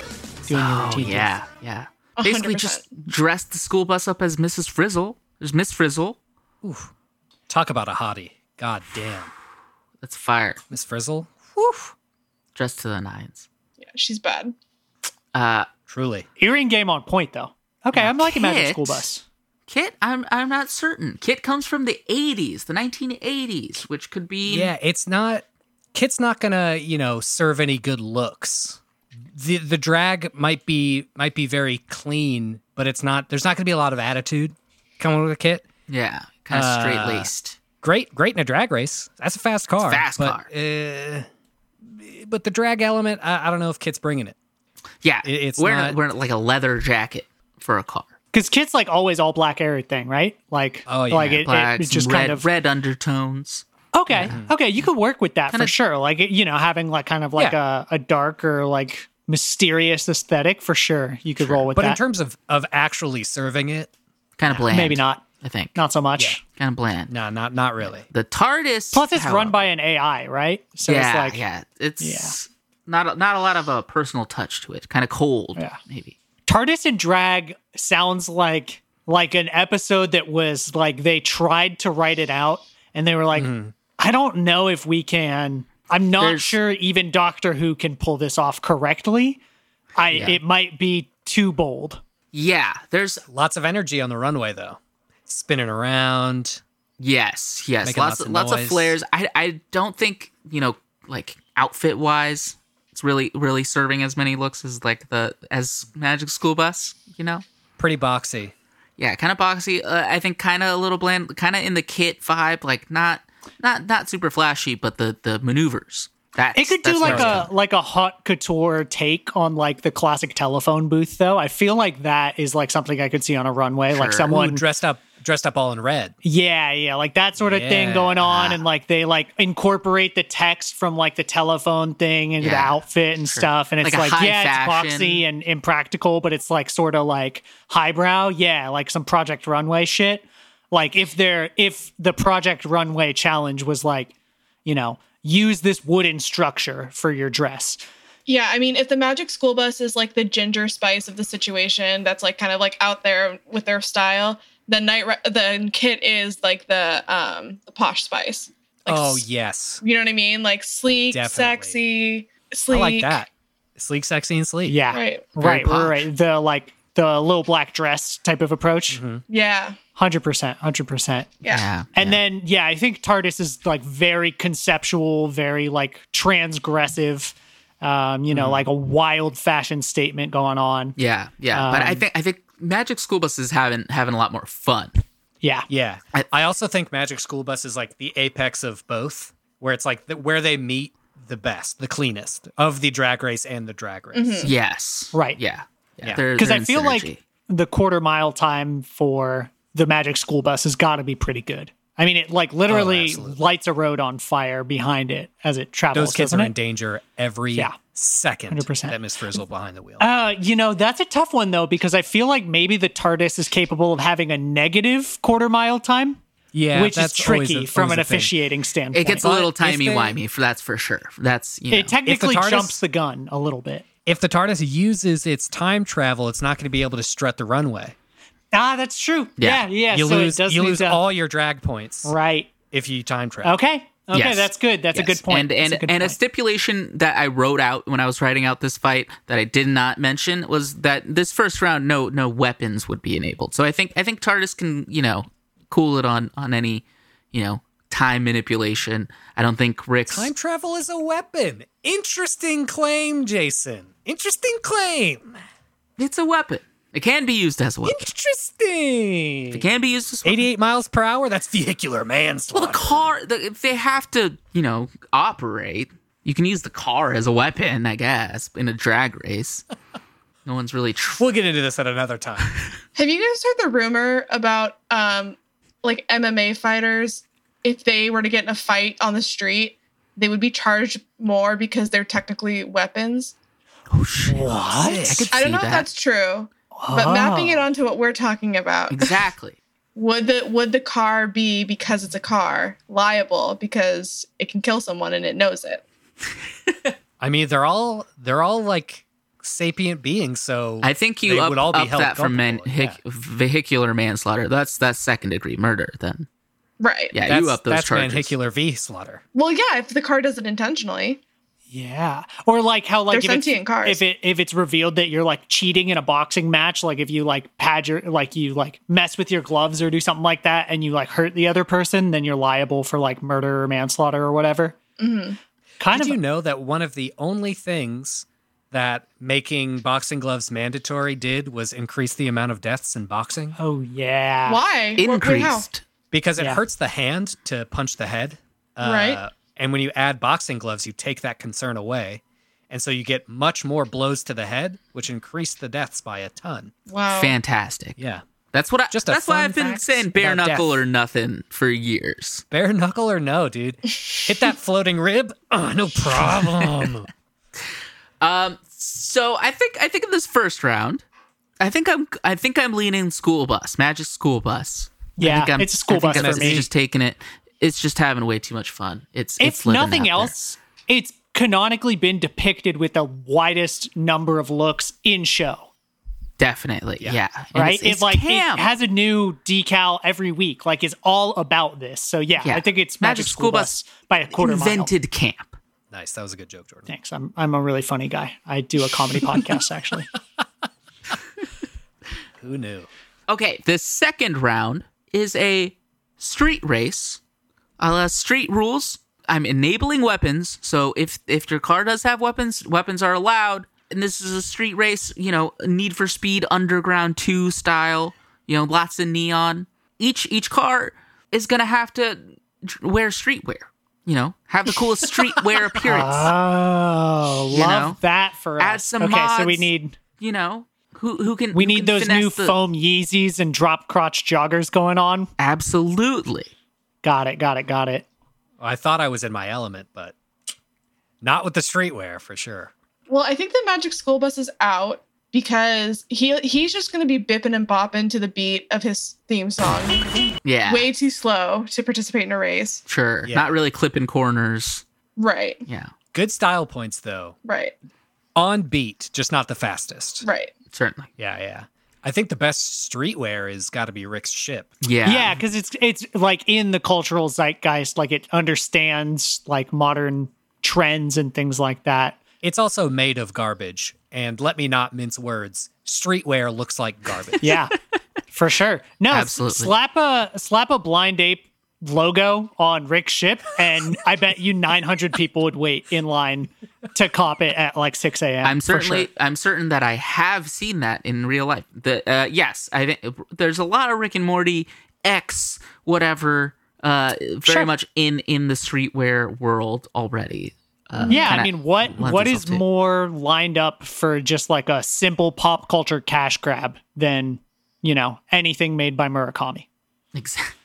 doing your oh routine. with. yeah, yeah. A hundred Basically, percent. just dress the school bus up as Mrs. Frizzle. There's Miss Frizzle. Talk about a hottie. God damn. That's fire. Miss Frizzle? Dressed to the nines. Yeah, she's bad. Uh, Truly. Earring game on point though. Okay, I'm liking Magic Kit. School Bus. Kit, I'm I'm not certain. Kit comes from the 80s, the 1980s, which could be Yeah, it's not Kit's not gonna, you know, serve any good looks. The the drag might be might be very clean, but it's not there's not gonna be a lot of attitude coming with a kit. yeah, kind of Uh, straight laced. Great, great in a drag race. That's a fast car. fast but, car. Uh, but the drag element, I, I don't know if Kit's bringing it. Yeah, it- it's wearing, not- wearing like a leather jacket for a car. Because Kit's like always all black everything, right? Like, Oh, yeah, like it, Black, it, it's just red, kind of red undertones. Okay. Okay. You could work with that Kinda- for sure. Like, you know, having like kind of like a, a dark or like mysterious aesthetic for sure. You could roll with But that. in terms of of actually serving it, Kind of bland. Maybe not. I think. Not so much. Kind of bland. no, not not really. The TARDIS Plus, it's run however- by an AI, right? So yeah, it's like yeah. It's not a, not a lot of a personal touch to it. Kind of cold, Yeah. maybe. TARDIS and drag sounds like like an episode that was like they tried to write it out and they were like, I don't know if we can. I'm not Mm-hmm. There's- sure even Doctor Who can pull this off correctly. I it might be too bold. Yeah, there's Lots of energy on the runway though. Spinning around. Yes, yes, Making lots lots lots, of lots of noise. flares. I I don't think you know like outfit wise, it's really really serving as many looks as like the as Magic School Bus. You know, Pretty boxy. yeah, kind of boxy. Uh, I think kind of a little bland, kind of in the kit vibe, like not not not super flashy, but the the maneuvers. That It could do that's where like I was a like a hot couture take on like the classic telephone booth, though. I feel like that is like something I could see on a runway, like Sure. Ooh, someone, dressed up dressed up all in red. yeah, yeah, like that sort of thing going on, and like they like incorporate the text from like the telephone thing into the Yeah. outfit and stuff, and it's Like a like, high yeah, it's fashion. boxy and impractical, but it's like sort of like highbrow, yeah, like some Project Runway shit. Like if there, if the Project Runway challenge was like, you know, use this wooden structure for your dress. Yeah, I mean, if the magic school bus is like the ginger spice of the situation, that's like kind of like out there with their style. Then night, Ra- then Kit is like the um the posh spice. Like, oh s- yes. you know what I mean? Like sleek, Definitely. sexy, I Sleek. like that. Sleek, sexy, and sleek. Yeah. Right. Right. Very Right. posh. Mm-hmm. right. The like the little black dress type of approach. Yeah. 100%. 100%. Yeah. And then, yeah, I think TARDIS is like very conceptual, very like transgressive, um, you know, Mm-hmm. like a wild fashion statement going on. Yeah, yeah. but I Um, think I think Magic School Bus is having having a lot more fun. Yeah. Yeah. I, I- also think Magic School Bus is like the apex of both, where it's like the, where they meet the best, the cleanest of the drag race and the drag race. Mm-hmm. Yes. Hmm. Right. Yeah. Yeah. They're- Because they're I in feel synergy. like the quarter mile time for the Magic School Bus has got to be pretty good. I mean, it like literally Oh, absolutely. lights a road on fire behind it as it travels. Those kids doesn't are it? in danger every Yeah. second 100%. that Miss Frizzle behind the wheel. Uh, you know, that's a tough one though, because I feel like maybe the TARDIS is capable of having a negative quarter mile time, yeah, which is that's always tricky a- from always an a thing. officiating standpoint. it gets a But little if they- timey wimey. For that's for sure. That's you know. it technically TARDIS jumps the gun a little bit. If the TARDIS uses its time travel, it's not going to be able to strut the runway. Ah, that's true. Yeah, Yeah. yeah. You so lose, it does you need lose to- all your drag points right. if you time travel. Okay. Okay, Yes. that's good. That's a Yes. good point. And That's and a good and a point. stipulation that I wrote out when I was writing out this fight that I did not mention was that this first round no no weapons would be enabled. So I think I think TARDIS can, you know, cool it on on any, you know, time manipulation. I don't think Rick's Time travel is a weapon. Interesting claim, Jason. Interesting claim. it's a weapon. It can be used as a weapon. Interesting. It can be used as a weapon. 88 miles per hour? That's vehicular Well, manslaughter. the car, the, if they have to, you know, operate, you can use the car as a weapon, I guess, in a drag race. No one's really. Tr- we'll get into this at another time. Have you guys heard the rumor about um like MMA fighters if they were to get in a fight on the street, they would be charged more because they're technically weapons? oh, shit. What? I could I don't see know that. Oh. if that's true, but mapping it onto what we're talking about, Exactly. would the would the car be because it's a car liable because it can kill someone and it knows it? I mean, they're all they're all like sapient beings, so I think they you up, would all be up held that from man, culpable, yeah. hic- vehicular manslaughter. That's that's second degree murder. Then Right. yeah, That's, you up those that's charges. manhicular v slaughter. Well, yeah, if the car does it intentionally. Yeah, or like how like They're if it's, sentient cars. if it if it's revealed that you're like cheating in a boxing match, like if you like pad your like you like mess with your gloves or do something like that, and you like hurt the other person, then you're liable for like murder or manslaughter or whatever. Mm-hmm. Kind Did of you know that one of the only things that making boxing gloves mandatory did was increase the amount of deaths in boxing Oh yeah. Why? Wh- wait, how? Increased. because it Yeah. hurts the hand to punch the head, uh, Right. And when you add boxing gloves, you take that concern away, and so you get much more blows to the head, which increased the deaths by a ton. Wow. Fantastic. Yeah. That's what I. Just a that's why fun I've been fact saying bare about knuckle death. or nothing for years. Bare knuckle or no, dude. Hit that floating rib. Oh, no problem. So I think I think in this first round, I think I'm I think I'm leaning school bus, magic school bus. I yeah, think I'm, it's a school I think bus I'm for just- me. Just taking it. It's just having way too much fun. It's it's if living out nothing there. else, it's canonically been depicted with the widest number of looks in show. Definitely, yeah. And right? it's, it's it like camp. it has a new decal every week. Like it's all about this. So yeah, Yeah. I think it's Magic, School, Bus, by a quarter mile. invented camp. nice. That was a good joke, Jordan. Thanks. I'm I'm a really funny guy. I do a <laughs> comedy podcast actually. Who knew? Okay, the second round is a street race. A la street rules. I'm enabling weapons, so if if your car does have weapons, weapons are allowed. And this is a street race, you know, Need for Speed Underground 2 style, you know, lots of neon. Each each car is going to have to dr- wear streetwear, you know, have the coolest streetwear appearance, Oh, love You know? that for Add us. some okay, so we mods. need you know. Who who can we who need can those new finesse the- foam Yeezys and drop crotch joggers going on. Absolutely. Got it. Got it. Got it. I thought I was in my element, but not with the streetwear for sure. Well, I think the Magic School Bus is out because he he's just going to be bipping and bopping to the beat of his theme song. Yeah. Way too slow to participate in a race. Sure. Yeah. Not really clipping corners. Right. Yeah, Good style points though. Right. On beat, just not the fastest. Right. certainly. Yeah, yeah. I think the best streetwear is got to be Rick's ship. Yeah. Yeah, because it's it's like in the cultural zeitgeist, like it understands like modern trends and things like that. It's also made of garbage. And let me not mince words. Streetwear looks like <laughs> garbage. Yeah, for sure. No, s- Absolutely. Slap a slap a blind ape logo on Rick's ship, and I bet you 900 people would wait in line to cop it at like 6 a.m. I'm for certainly sure. I'm certain that I have seen that in real life. The uh, yes, I think there's a lot of Rick and Morty X whatever uh, very Sure. much in in the streetwear world already. Uh, Yeah, I kinda mean, what lends what itself is to- more lined up for just like a simple pop culture cash grab than you know anything made by Murakami? <laughs> Exactly.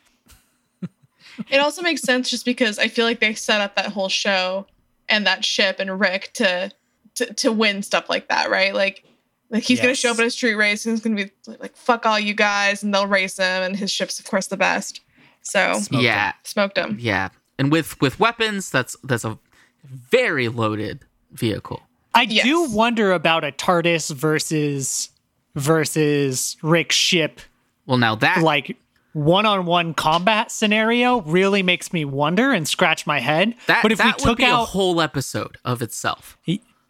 It also makes sense just because I feel like they set up that whole show and that ship and Rick to to, to win stuff like that, right? Like like he's gonna show up Yes. at a street race and he's gonna be like, "Fuck all you guys," and they'll race him, and his ship's of course the best. So Okay. Yeah, smoked him. yeah, and with with weapons, that's that's a very loaded vehicle. I Yes. do wonder about a TARDIS versus versus Rick's ship Well, now that like one-on-one combat scenario really makes me wonder and scratch my head. that but if that we would took be a out, whole episode of itself.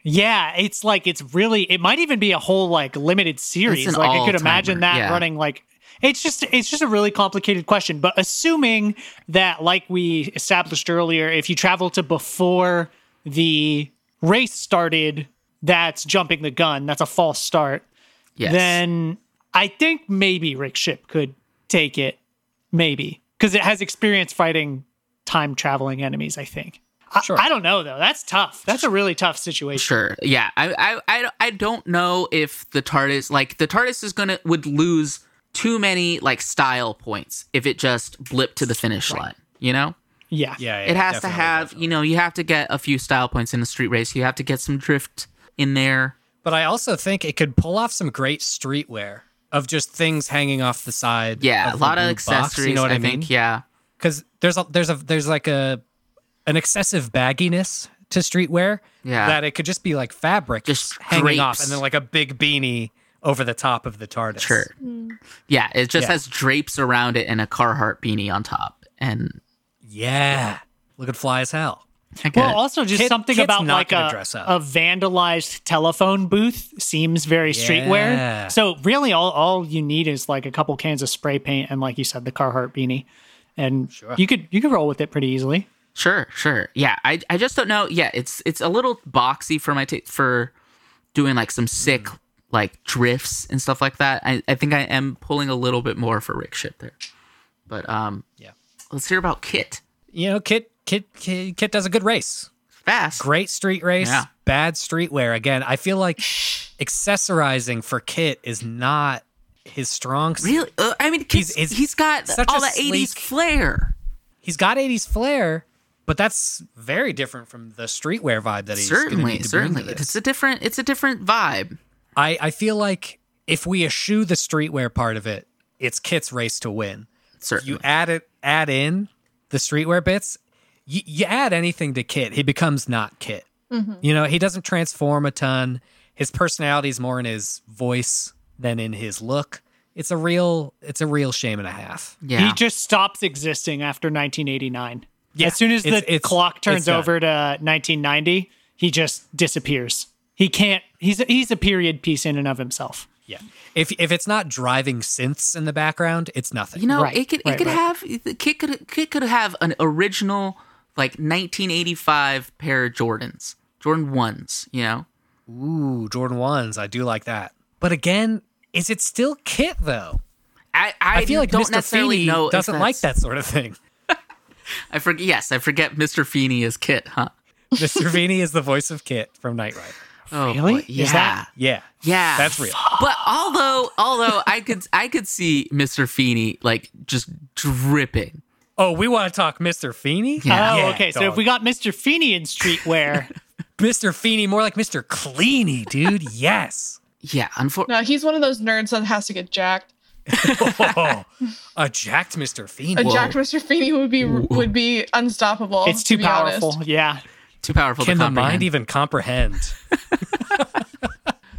yeah, it's like it's really. It might even be a whole like limited series. It's an Like I could all-timer, imagine that yeah. running like. It's just it's just a really complicated question. But assuming that, like we established earlier, if you travel to before the race started, that's jumping the gun. That's a false start. Yes. then I think maybe Rick Ship could take it. Maybe. Because it has experience fighting time traveling enemies, I think. I, Sure. I don't know, though. That's tough. That's a really tough situation. Sure. Yeah. I, I I I don't know if the TARDIS like the TARDIS is gonna would lose too many like style points if it just blipped to the finish line. You know, Yeah. Yeah. it has to have you know you have to get a few style points in a street race. You have to get some drift in there. But I also think it could pull off some great streetwear of just things hanging off the side. Yeah, the a lot of blue accessories. box, you know what I, mean? think. Yeah. because there's a there's a there's like a an excessive bagginess to streetwear Yeah. that it could just be like fabric Just hanging off drapes. and then like a big beanie over the top of the TARDIS. Sure. Yeah. It just Yeah. has drapes around it and a Carhartt beanie on top. And Yeah. Looking fly as hell. I get Well, it. also just Kid- something kid's about not like gonna a, dress up. a vandalized telephone booth seems very Yeah. streetwear. So really, all all you need is like a couple cans of spray paint and, like you said, the Carhartt beanie, and you could you could roll with it pretty easily. Sure, sure. Yeah, I I just don't know. Yeah, it's it's a little boxy for my taste for doing like some sick Mm. like drifts and stuff like that. I, I think I am pulling a little bit more for Rick shit there. But um Yeah. let's hear about Kit. You know, Kit Kit Kit, Kit does a good race. Fast. Great street race, Yeah. bad streetwear. Again, I feel like accessorizing for Kit is not his strong suit. Really? Uh, I mean, He's- Kit's, he's he's got such all a the 80s sleek- flair. He's got 80s flair, but that's very different from the streetwear vibe that he's gonna need to Certainly, bring to certainly. this. It's a different it's a different vibe. I, I feel like if we eschew the streetwear part of it, it's Kit's race to win. If Certainly. you add it, add in the streetwear bits. You, you add anything to Kit, he becomes not Kit. Mm-hmm. You know, he doesn't transform a ton. His personality is more in his voice than in his look. It's a real, it's a real shame and a half. yeah. He just stops existing after 1989. Yeah, as soon as the it's- it's- clock it's turns done. over to 1990, he just disappears. He can't. He's a, he's a period piece in and of himself. Yeah. If if it's not driving synths in the background, it's nothing. You know, Right, it could it right, could right. have the kid could kid could have an original like 1985 pair of Jordans, Jordan ones. You know, Ooh, Jordan ones. I do like that. But again, is it still Kit though? I I, I feel like don't Mr. necessarily Feeny know if doesn't like that's- that sort of thing. <laughs> I forget. Yes, I forget. Mr. Feeney is Kit, huh? Mr. Feeny is the voice of Kit from Knight Rider. Oh, Really? boy. Is Yeah. that- Yeah, yeah. that's real. But although although I could <laughs> I could see Mr. Feeney like just dripping. Oh, we want to talk Mr. Feeny. Yeah. Oh, Yeah, okay. So dog. if we got Mr. Feeney <laughs> in streetwear, Mr. Feeny, more like Mr. Cleany, dude. <laughs> yes, Yeah, unfortunately. No, he's one of those nerds that has to get jacked. oh, a jacked Mr. Feeny. A Whoa. jacked Mr. Feeny would be would be unstoppable. it's too Oh, to be honest. powerful. Yeah. Too powerful Can the to mind comprehend. even comprehend?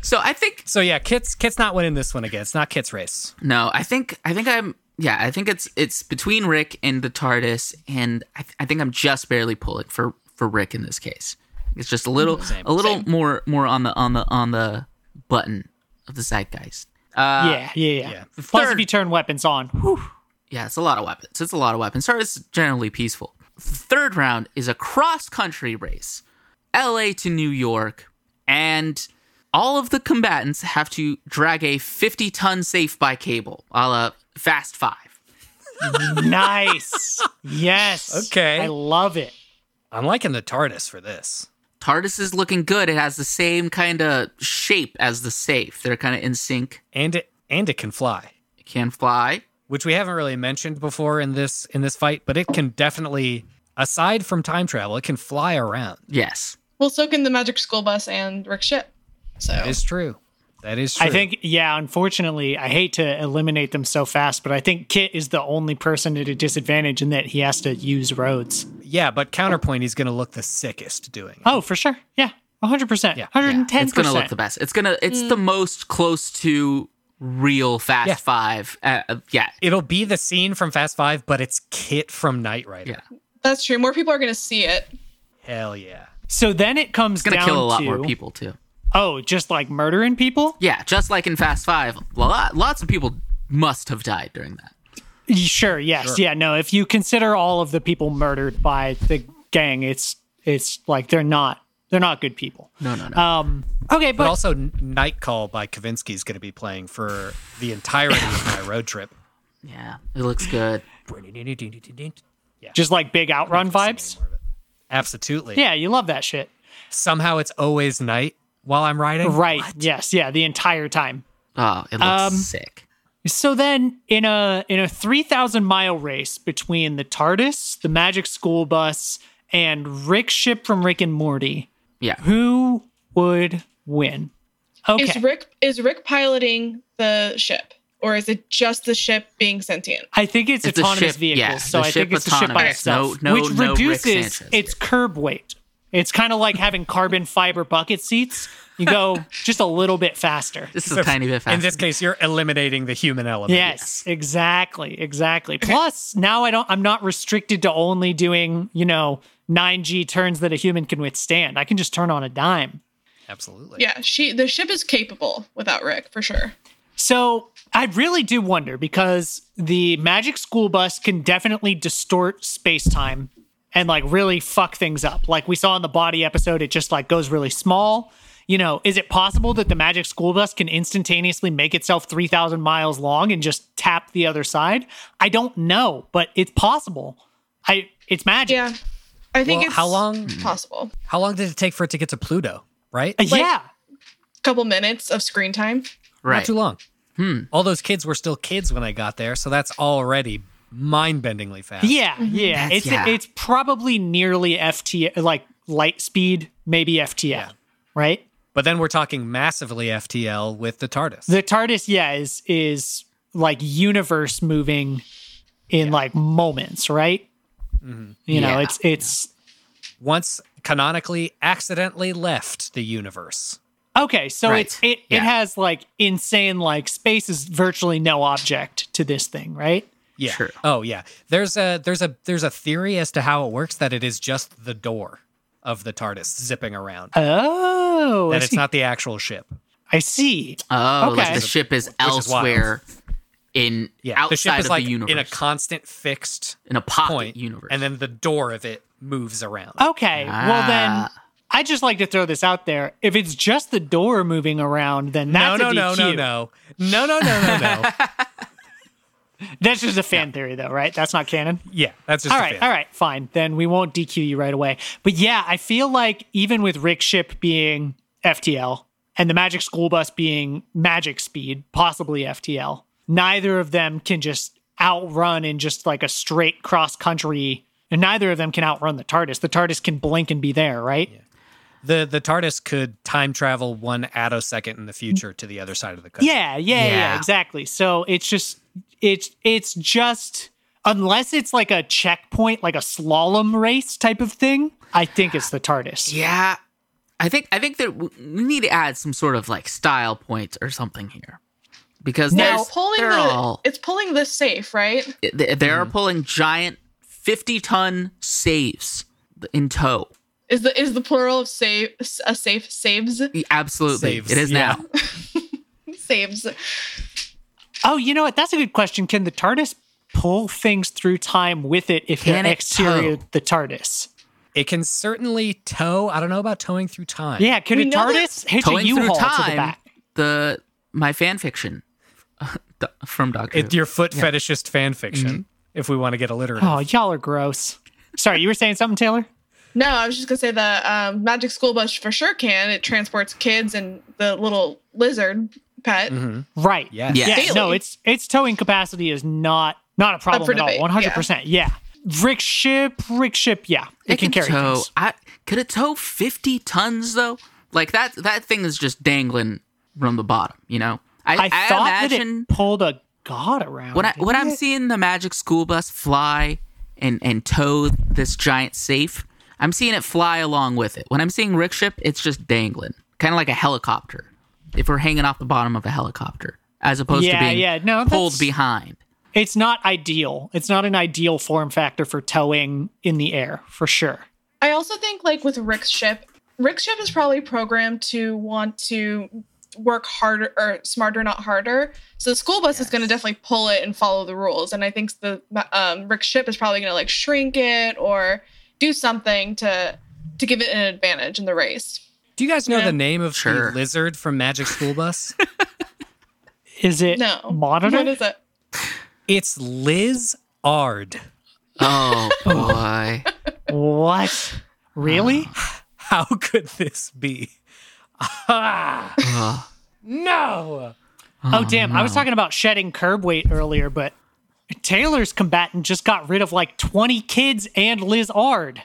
so I think So yeah, Kit's Kit's not winning this one again. It's not Kit's race. No, I think I think I'm yeah, I think it's it's between Rick and the TARDIS, and I, th- I think I'm just barely pulling for for Rick in this case. It's just a little Same. a little Same. more more on the on the on the button of the zeitgeist. Uh, yeah, yeah, yeah. yeah. Plus, if Third- you turn weapons <laughs> on, whew, Yeah, it's a lot of weapons. It's a lot of weapons. Start is generally peaceful. Third round is a cross country race, LA to New York, and all of the combatants have to drag a 50 ton safe by cable, a la Fast Five. nice. yes. Okay. I love it. I'm liking the TARDIS for this. TARDIS is looking good. It has the same kind of shape as the safe. They're kind of in sync. And it and it can fly, It can fly. which we haven't really mentioned before in this in this fight, but it can definitely aside from time travel, it can fly around. Yes. Well, so can the Magic School Bus and Rick Ship. So That is true. That is true. I think, yeah, unfortunately, I hate to eliminate them so fast, but I think Kit is the only person at a disadvantage in that he has to use roads. yeah, but counterpoint he's going to look the sickest doing. it. Oh, for sure. Yeah. 100%. Yeah, yeah. 110%. It's gonna look the best. It's gonna. It's Mm. the most close to real Fast Yeah. Five. Uh, uh, yeah. It'll be the scene from Fast 5, but it's Kit from Knight Rider. Yeah. that's true. More people are going to see it. Hell yeah. so then it comes It's gonna down kill a lot to, more people too. Oh, just like murdering people? Yeah, just like in Fast Five, lot, lots of people must have died during that. Sure. Yes. Yeah. No. If you consider all of the people murdered by the gang, it's it's like they're not they're not good people. No, no, no. Uh, Um. Okay, but, But also, N- Night Call by Kavinsky is going to be playing for the entirety of my road trip. yeah, it looks good. just like big outrun vibes. Absolutely. Yeah, you love that shit, Somehow it's always night while I'm riding. right? Yes. Yeah. The entire time. Oh, it looks Um, sick. So then, in a in a three thousand mile race between the TARDIS, the Magic School Bus, and Rick Ship from Rick and Morty, Yeah, who would win? Okay. Is Rick is Rick piloting the ship, or is it just the ship being sentient? I think it's, It's a autonomous ship, vehicles, yeah, so the I think ship it's a ship by autonomous. No- itself, no- which no Rick reduces Sanchez its here. curb weight. It's kind of like having carbon fiber bucket seats. You <laughs> go just a little bit faster. this is a tiny bit faster. In this case, you're eliminating the human element. Yes, exactly, exactly. Plus, now I don't. I'm not restricted to only doing you know nine G turns that a human can withstand. I can just turn on a dime. Absolutely. Yeah, she the ship is capable without Rick for sure. So I really do wonder because the magic school bus can definitely distort space time and like really fuck things up. Like we saw in the body episode, it just like goes really small. You know, is it possible that the magic school bus can instantaneously make itself 3,000 miles long and just tap the other side? I don't know, but it's possible. I it's magic. Uh, Yeah, I think Well, it's how long? Hmm. possible. How long did it take for it to get to Pluto? Right. Yeah. yeah. couple minutes of screen time. Not right? too long. Hmm. All those kids were still kids when I got there, so that's already mind-bendingly fast. Yeah, That's- It's yeah. it's probably nearly FT like light speed, maybe FTL, right? But then we're talking massively FTL with the TARDIS. the TARDIS, yeah, is is like universe moving in like moments, right? Mm-hmm. You know, Yeah. it's it's Once canonically accidentally left the universe. okay. So Right. it's it it Yeah. has like insane like space is virtually no object to this thing, right? Yeah. True. Oh yeah. There's a there's a there's a theory as to how it works that it is just the door of the TARDIS zipping around. Oh, I that it's see. not the actual ship. I see. Oh, Okay. like the ship is is wild. elsewhere in Yeah. outside the ship is of like the universe in a constant fixed in a pocket point universe. And then the door of it moves around. Okay, well then. Ah. I just like to throw this out there. If it's just the door moving around, then no, that's no, a no, DQ. no, no. No, no, no, no, no. That's just a fan theory, though, right? That's not canon. yeah. That's just all a right, fan. all right, fine. Then we won't DQ you right away. But yeah, I feel like even with Rick Ship being FTL and the Magic School Bus being Magic Speed, possibly FTL, neither of them can just outrun in just like a straight cross country. And neither of them can outrun the TARDIS. The TARDIS can blink and be there, right? The the TARDIS could time travel one attosecond in the future to the other side of the country. Yeah, yeah, yeah, Yeah. exactly. So it's just it's it's just unless it's like a checkpoint, like a slalom race type of thing. I think it's the TARDIS. yeah, I think I think that w- we need to add some sort of like style point or something here because Now there's- pulling they're the all it's pulling the safe, right? Mm-hmm. they, they are pulling giant 50 ton safes in tow Is the is the plural of save a safe saves E, Absolutely, Saves, it is yeah. now. saves? Oh, you know what? That's a good question. Can the TARDIS pull things through time with it if Can they're it exterior tow? the TARDIS? It can certainly tow. I don't know about towing through time. Yeah, could We a know that- TARDIS hitch a Towing through U-Haul <laughs> to the time, back? the my fan fiction <laughs> from Doctor. It, Who. your foot fetishist fan fiction, if we want to get alliterative. Oh, y'all are gross. Sorry, you were saying something, Taylor? No, I was just gonna say the um, magic school bus for sure can. It transports kids and the little lizard pet. Right. Yes. Yeah. Yeah. Daily. No, its its towing capacity is not not a problem for at all. debate, One hundred percent. Yeah. Rick ship, Rick ship. Yeah, it, It can, carry tow. things. I could it tow fifty tons though. Like that that thing is just dangling from the bottom. You know. I, I, I thought imagine that it pulled a god around. when I it. when I'm seeing the magic school bus fly and and tow this giant safe, I'm seeing it fly along with it. When I'm seeing Rick ship, it's just dangling, kind of like a helicopter. If we're hanging off the bottom of a helicopter, as opposed Yeah, to being yeah, no, pulled that's- behind. it's not ideal. It's not an ideal form factor for towing in the air, for sure. I also think like with Rick's ship, Rick's ship is probably programmed to want to work harder or smarter, not harder. So the school bus is going to definitely pull it and follow the rules. And I think the um, Rick's ship is probably going to like shrink it or do something to to give it an advantage in the race. Do you guys know the name of Sure. the lizard from Magic School Bus? Is it No, monitor? What is it? it's Liz Ard. <laughs> Oh boy! What? <sighs> Really? How could this be? Ugh. <laughs> No. oh, damn. I was talking about shedding curb weight earlier, but Taylor's combatant just got rid of like 20 kids and Liz Ard.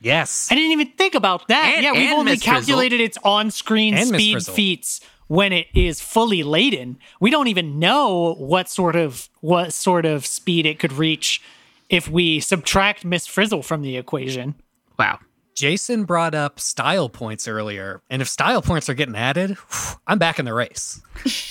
Yes. I didn't even think about that. And- yeah, we've and only Miss Frizzle. calculated its on screen And Miss speed Frizzle. feats when it is fully laden. We don't even know what sort of what sort of speed it could reach if we subtract Miss Frizzle from the equation. Wow. Jason brought up style points earlier, and if style points are getting added, whew, I'm back in the race.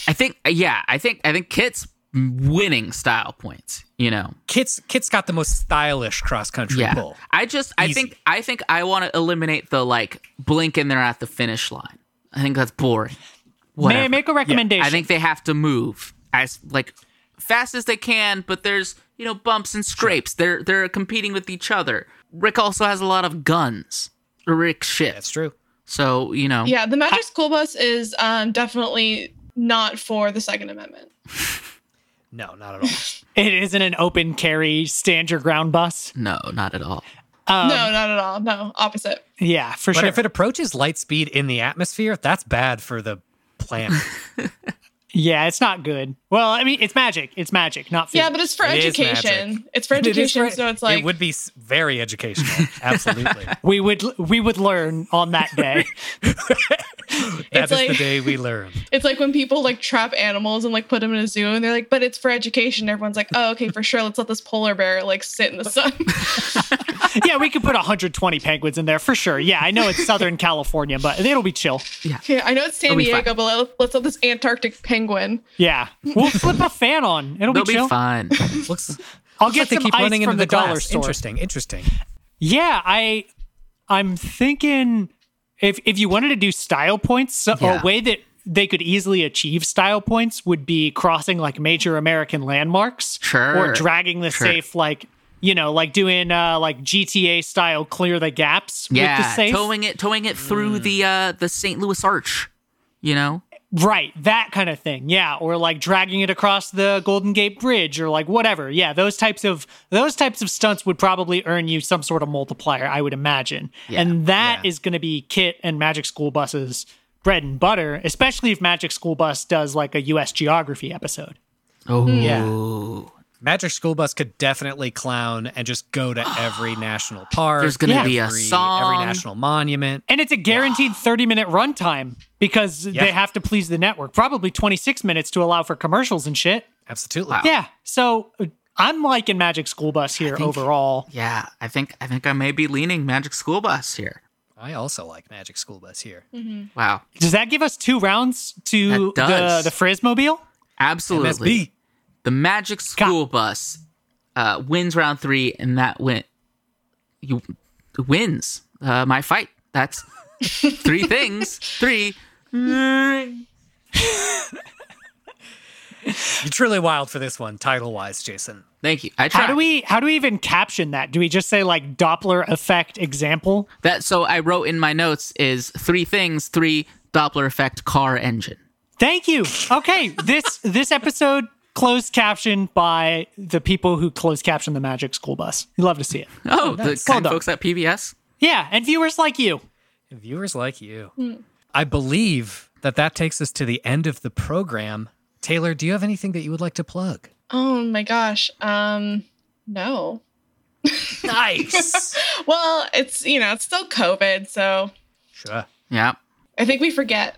I think yeah. I think I think Kit's winning style points. You know. Kit's Kit's got the most stylish cross country Yeah. pull. I just I Easy. think I think I want to eliminate the like blink and they're at the finish line. I think that's boring. May I Whatever. make a recommendation? I think they have to move as like fast as they can, but there's you know bumps and scrapes. They're they're competing with each other. Rick also has a lot of guns. Rick shit. That's true. So you know. Yeah, the magic school bus is um, definitely not for the Second Amendment. No, not at all. it isn't an open carry stand your ground bus. No, not at all. no, not at all. No, opposite. Yeah, for But sure. if Um, it approaches light speed in the atmosphere, that's bad for the planet. yeah, it's not good. Well, I mean, it's magic. It's magic, not physics. Yeah, but it's for It is magic. education. It's <laughs> for It is education, right- so it's like it would be s- very <laughs> educational. Absolutely, that we would we would learn on that day. is the like- day we learn. It's like when people like trap animals and like put them in a zoo and they're like, but it's for education. Everyone's like, oh, okay, for sure. Let's let this polar bear like sit in <laughs> the sun. <laughs> yeah, we could put 120 penguins in there for sure. Yeah, I know it's Southern California, but it'll be chill. yeah, I know it's San It'll be fine. Diego, but let- let's let this Antarctic penguin. Yeah, we'll flip a fan on. It'll They'll be be chill. fine. Looks. I'll Looks get like they some keep ice running from into the, the, glass. dollar store. Interesting, interesting. Yeah, I, I'm thinking if if you wanted to do style points, so, Yeah. a way that they could easily achieve style points would be crossing like major American landmarks, Sure. or dragging the Sure. safe like. You know, like doing uh like GTA style clear the gaps with the Yeah, safe. towing it, towing it through the Mm. uh the St. Louis Arch. You know. Right, that kind of thing. Yeah, or like dragging it across the Golden Gate Bridge or like whatever. Yeah, those types of those types of stunts would probably earn you some sort of multiplier, I would imagine. and that is going to be Kit and Magic School Bus's bread and butter, especially if Magic School Bus does like a US geography episode. Oh Magic School Bus could definitely clown and just go to every national park. There's gonna Yeah. be a every, song. every national monument. And it's a guaranteed 30 minute runtime because they have to please the network. Probably 26 minutes to allow for commercials and shit. Absolutely. Yeah. So uh, I'm liking Magic School Bus here overall. Yeah, I think I think I may be leaning Magic School Bus here. I also like Magic School Bus here. Wow, Does that give us two rounds to That does. the the Frizzmobile? absolutely. MSB. The Magic School Bus uh, wins round three, and that went you wins. uh, my fight. That's <laughs> three things. Three. You're truly wild for this one, title wise, Jason. Thank you. I tried. How do we how do we even caption that? Do we just say like Doppler effect example? That so I wrote in my notes is three things, three Doppler effect car engine. Thank you. Okay, <laughs> this this episode closed caption by the people who closed caption the Magic School Bus. You love to see it. Oh, nice. the kind Well done. folks at PBS. Yeah, and viewers like you. Viewers like you. Hmm. I believe that that takes us to the end of the program. Taylor, do you have anything that you would like to plug? Oh my gosh. Um, no. Nice. Well, it's you know it's still COVID, so <laughs> sure. Yeah. I think we forget.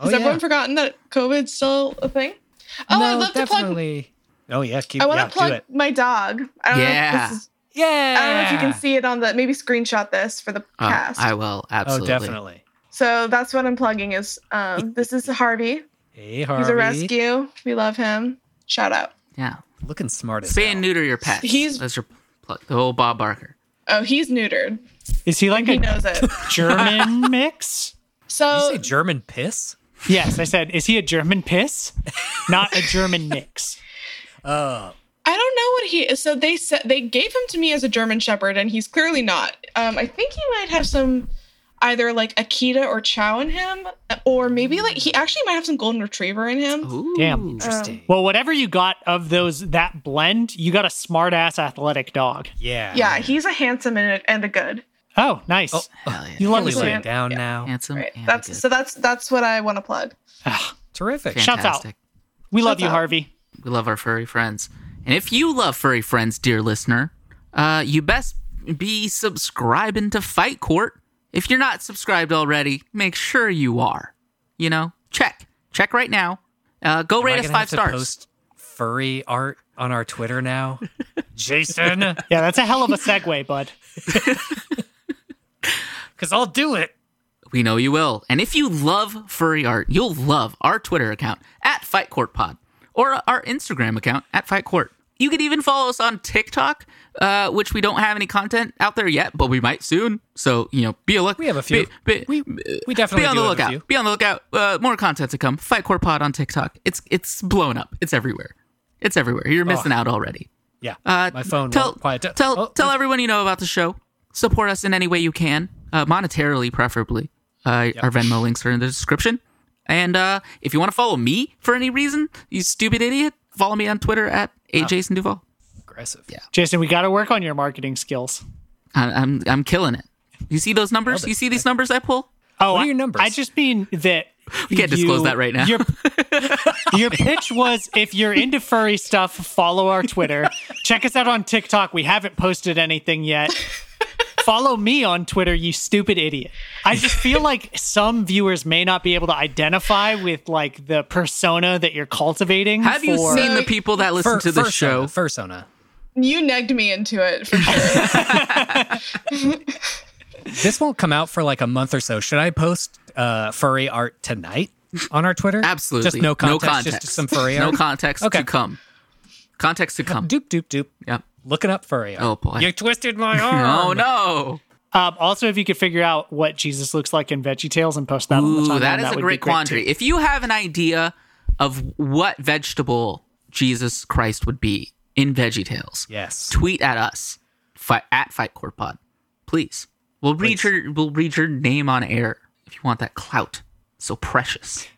Oh, Has yeah. everyone forgotten that COVID's still a thing? Oh, I'd No, love to plug. definitely. Oh yeah, keep. I want yeah, to plug do it. my dog. I don't know Yeah. if this is, Yeah. I don't know if you can see it on the maybe screenshot this for the Oh, cast. I will absolutely. Oh, definitely. So that's what I'm plugging is um, this is Harvey. Hey, Harvey. He's a rescue. We love him. Shout out. Yeah. Looking smart as Spay hell. and neuter your pets. He's- That's your plug. The whole Bob Barker. Oh, he's neutered. Is he like He a <laughs> knows it. <laughs> German mix? Did you So say German piss? Yes, I said, is he a German piss? Not a German mix. I don't know what he is. So they said they gave him to me as a German Shepherd, and he's clearly not. Um, I think he might have some either like Akita or Chow in him, or maybe like he actually might have some Golden Retriever in him. Ooh. Damn. Interesting. Well, whatever you got of those that blend, you got a smart ass athletic dog. yeah. Yeah, he's a handsome and a, and a good. Oh, nice. Oh, Hell yeah. you love to Totally see laying it. down now. Handsome. Right. and That's good. so that's that's what I want to plug. Terrific. Shut- Shouts out. Fantastic. We love you, up. Harvey. We love our furry friends. And if you love furry friends, dear listener, uh, you best be subscribing to Fight Court. If you're not subscribed already, make sure you are. You know, check. Check right now. Uh, go Am I rate us gonna have five to stars. Post furry art on our Twitter now, Jason, Yeah, that's a hell of a segue, bud. because I'll do it. We know you will. And if you love furry art, you'll love our Twitter account at Fight Court Pod or our Instagram account at Fight Court. You could even follow us on TikTok, uh, which we don't have any content out there yet, but we might soon. So you know, be a look. We have a few. Be, be- We- we definitely be on do have the a lookout. few. Be on the lookout. Uh, more content to come. Fight Court Pod on TikTok. It's it's blown up. It's everywhere. It's everywhere. You're missing out already. Yeah, Uh, my phone Tell won't quiet. down. tell Oh, tell everyone you know about the show. Support us in any way you can, uh, monetarily preferably. Uh, Our Venmo links are in the description. And uh, if you want to follow me for any reason, you stupid idiot, follow me on Twitter at a Jason Duval. aggressive. Yeah, <laughs> Jason, we got to work on your marketing skills. I, I'm I'm killing it. You see those numbers? You see these numbers I pull? Oh, What are I- your numbers? I just mean that. We can't disclose that right now. <laughs> Your, your pitch was if you're into furry stuff, follow our Twitter. Check us out on TikTok. We haven't posted anything yet. Follow me on Twitter, you stupid idiot. I just feel like some viewers may not be able to identify with like the persona that you're cultivating. Have you for- seen the people that listen Fur- to the fursona, show? Fursona. You negged me into <laughs> it for sure. This won't come out for like a month or so. Should I post uh, furry art tonight on our Twitter? Absolutely. Just no context. context. Just some furry No art. context Okay. to come. Context to come. Doop doop doop. Yeah. Looking up furry art. Oh, boy. you twisted <laughs> my Oh arm. no. Um, also, if you could figure out what Jesus looks like in Veggie Tales and post that on the Ooh, timeline, that is would a be great too. quandary. if you have an idea of what vegetable Jesus Christ would be in Veggie Tales, Yes. tweet at us fi- at Fight Court Pod, please. We'll read your we'll read your name on air if you want that clout. So precious.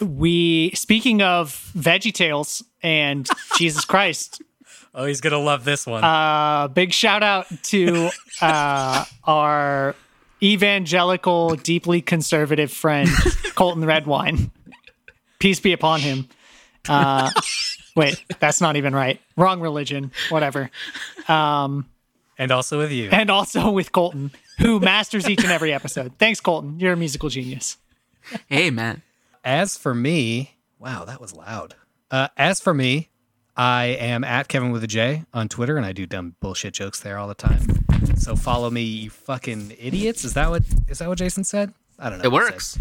we speaking of veggie tales <laughs> and jesus christ Oh, he's gonna love this one. a big shout out to uh, our evangelical deeply conservative friend colton redwine peace be upon him uh, wait that's not even right wrong religion whatever and also with you. and also with colton who masters each and every episode thanks colton you're a musical genius Hey man. As for me, wow, that was loud. Uh, as for me, I am at Kevin with a J on Twitter, and I do dumb bullshit jokes there all the time. So follow me, you fucking idiots. Is that what is that what Jason said? I don't know. It what he works.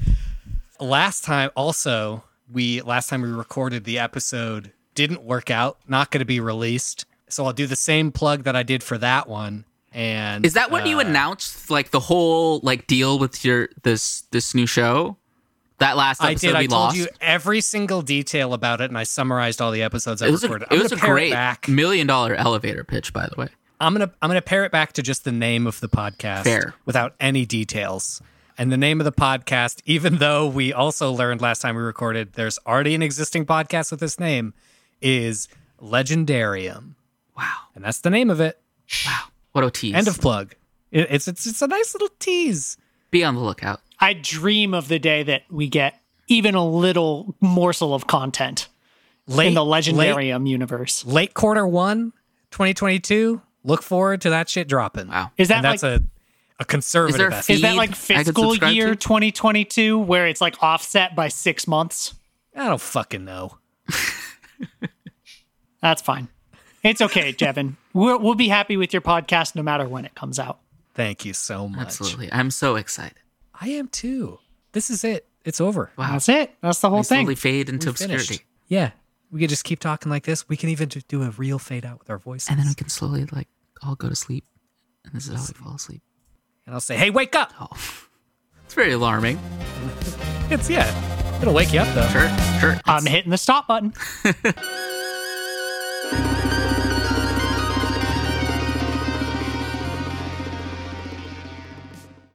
said. Last time, also, we last time we recorded the episode didn't work out. Not going to be released. So I'll do the same plug that I did for that one, And Is that when you uh, announced like the whole like deal with your this this new show? That last I episode did. I we told lost. you every single detail about it, and I summarized all the episodes I it was a, recorded. it I'm was a gonna pair great back. million dollar elevator pitch, by the way. I'm gonna I'm gonna pair it back to just the name of the podcast Fair. without any details. And the name of the podcast, even though we also learned last time we recorded, there's already an existing podcast with this name, is Legendarium, Wow, and that's the name of it. what a tease! End of plug. It, it's it's it's a nice little tease. Be on the lookout. I dream of the day that we get even a little morsel of content Late in the late, Legendarium universe. late quarter one, 2022. Look forward to that shit dropping. Wow. Is that and that's like a a conservative there a estimate. is that feed I like could fiscal subscribe year to? 2022 where it's like offset by 6 months? I don't fucking know. That's fine. It's <laughs> okay, Jevin. We're, we'll be happy with your podcast no matter when it comes out. Thank you so much. Absolutely, I'm so excited. I am too. This is it. It's over. Wow, That's it. That's the whole we thing. slowly fade into We're finished. obscurity, Yeah. We could just keep talking like this. We can even ju- do a real fade out with our voices. and then we can slowly like all go to sleep, and this is how we fall asleep. And I'll say, hey, wake up. Oh, <laughs> it's very alarming. It's, yeah. It'll wake you up, though. Sure, sure. Uh, I'm hitting the stop button.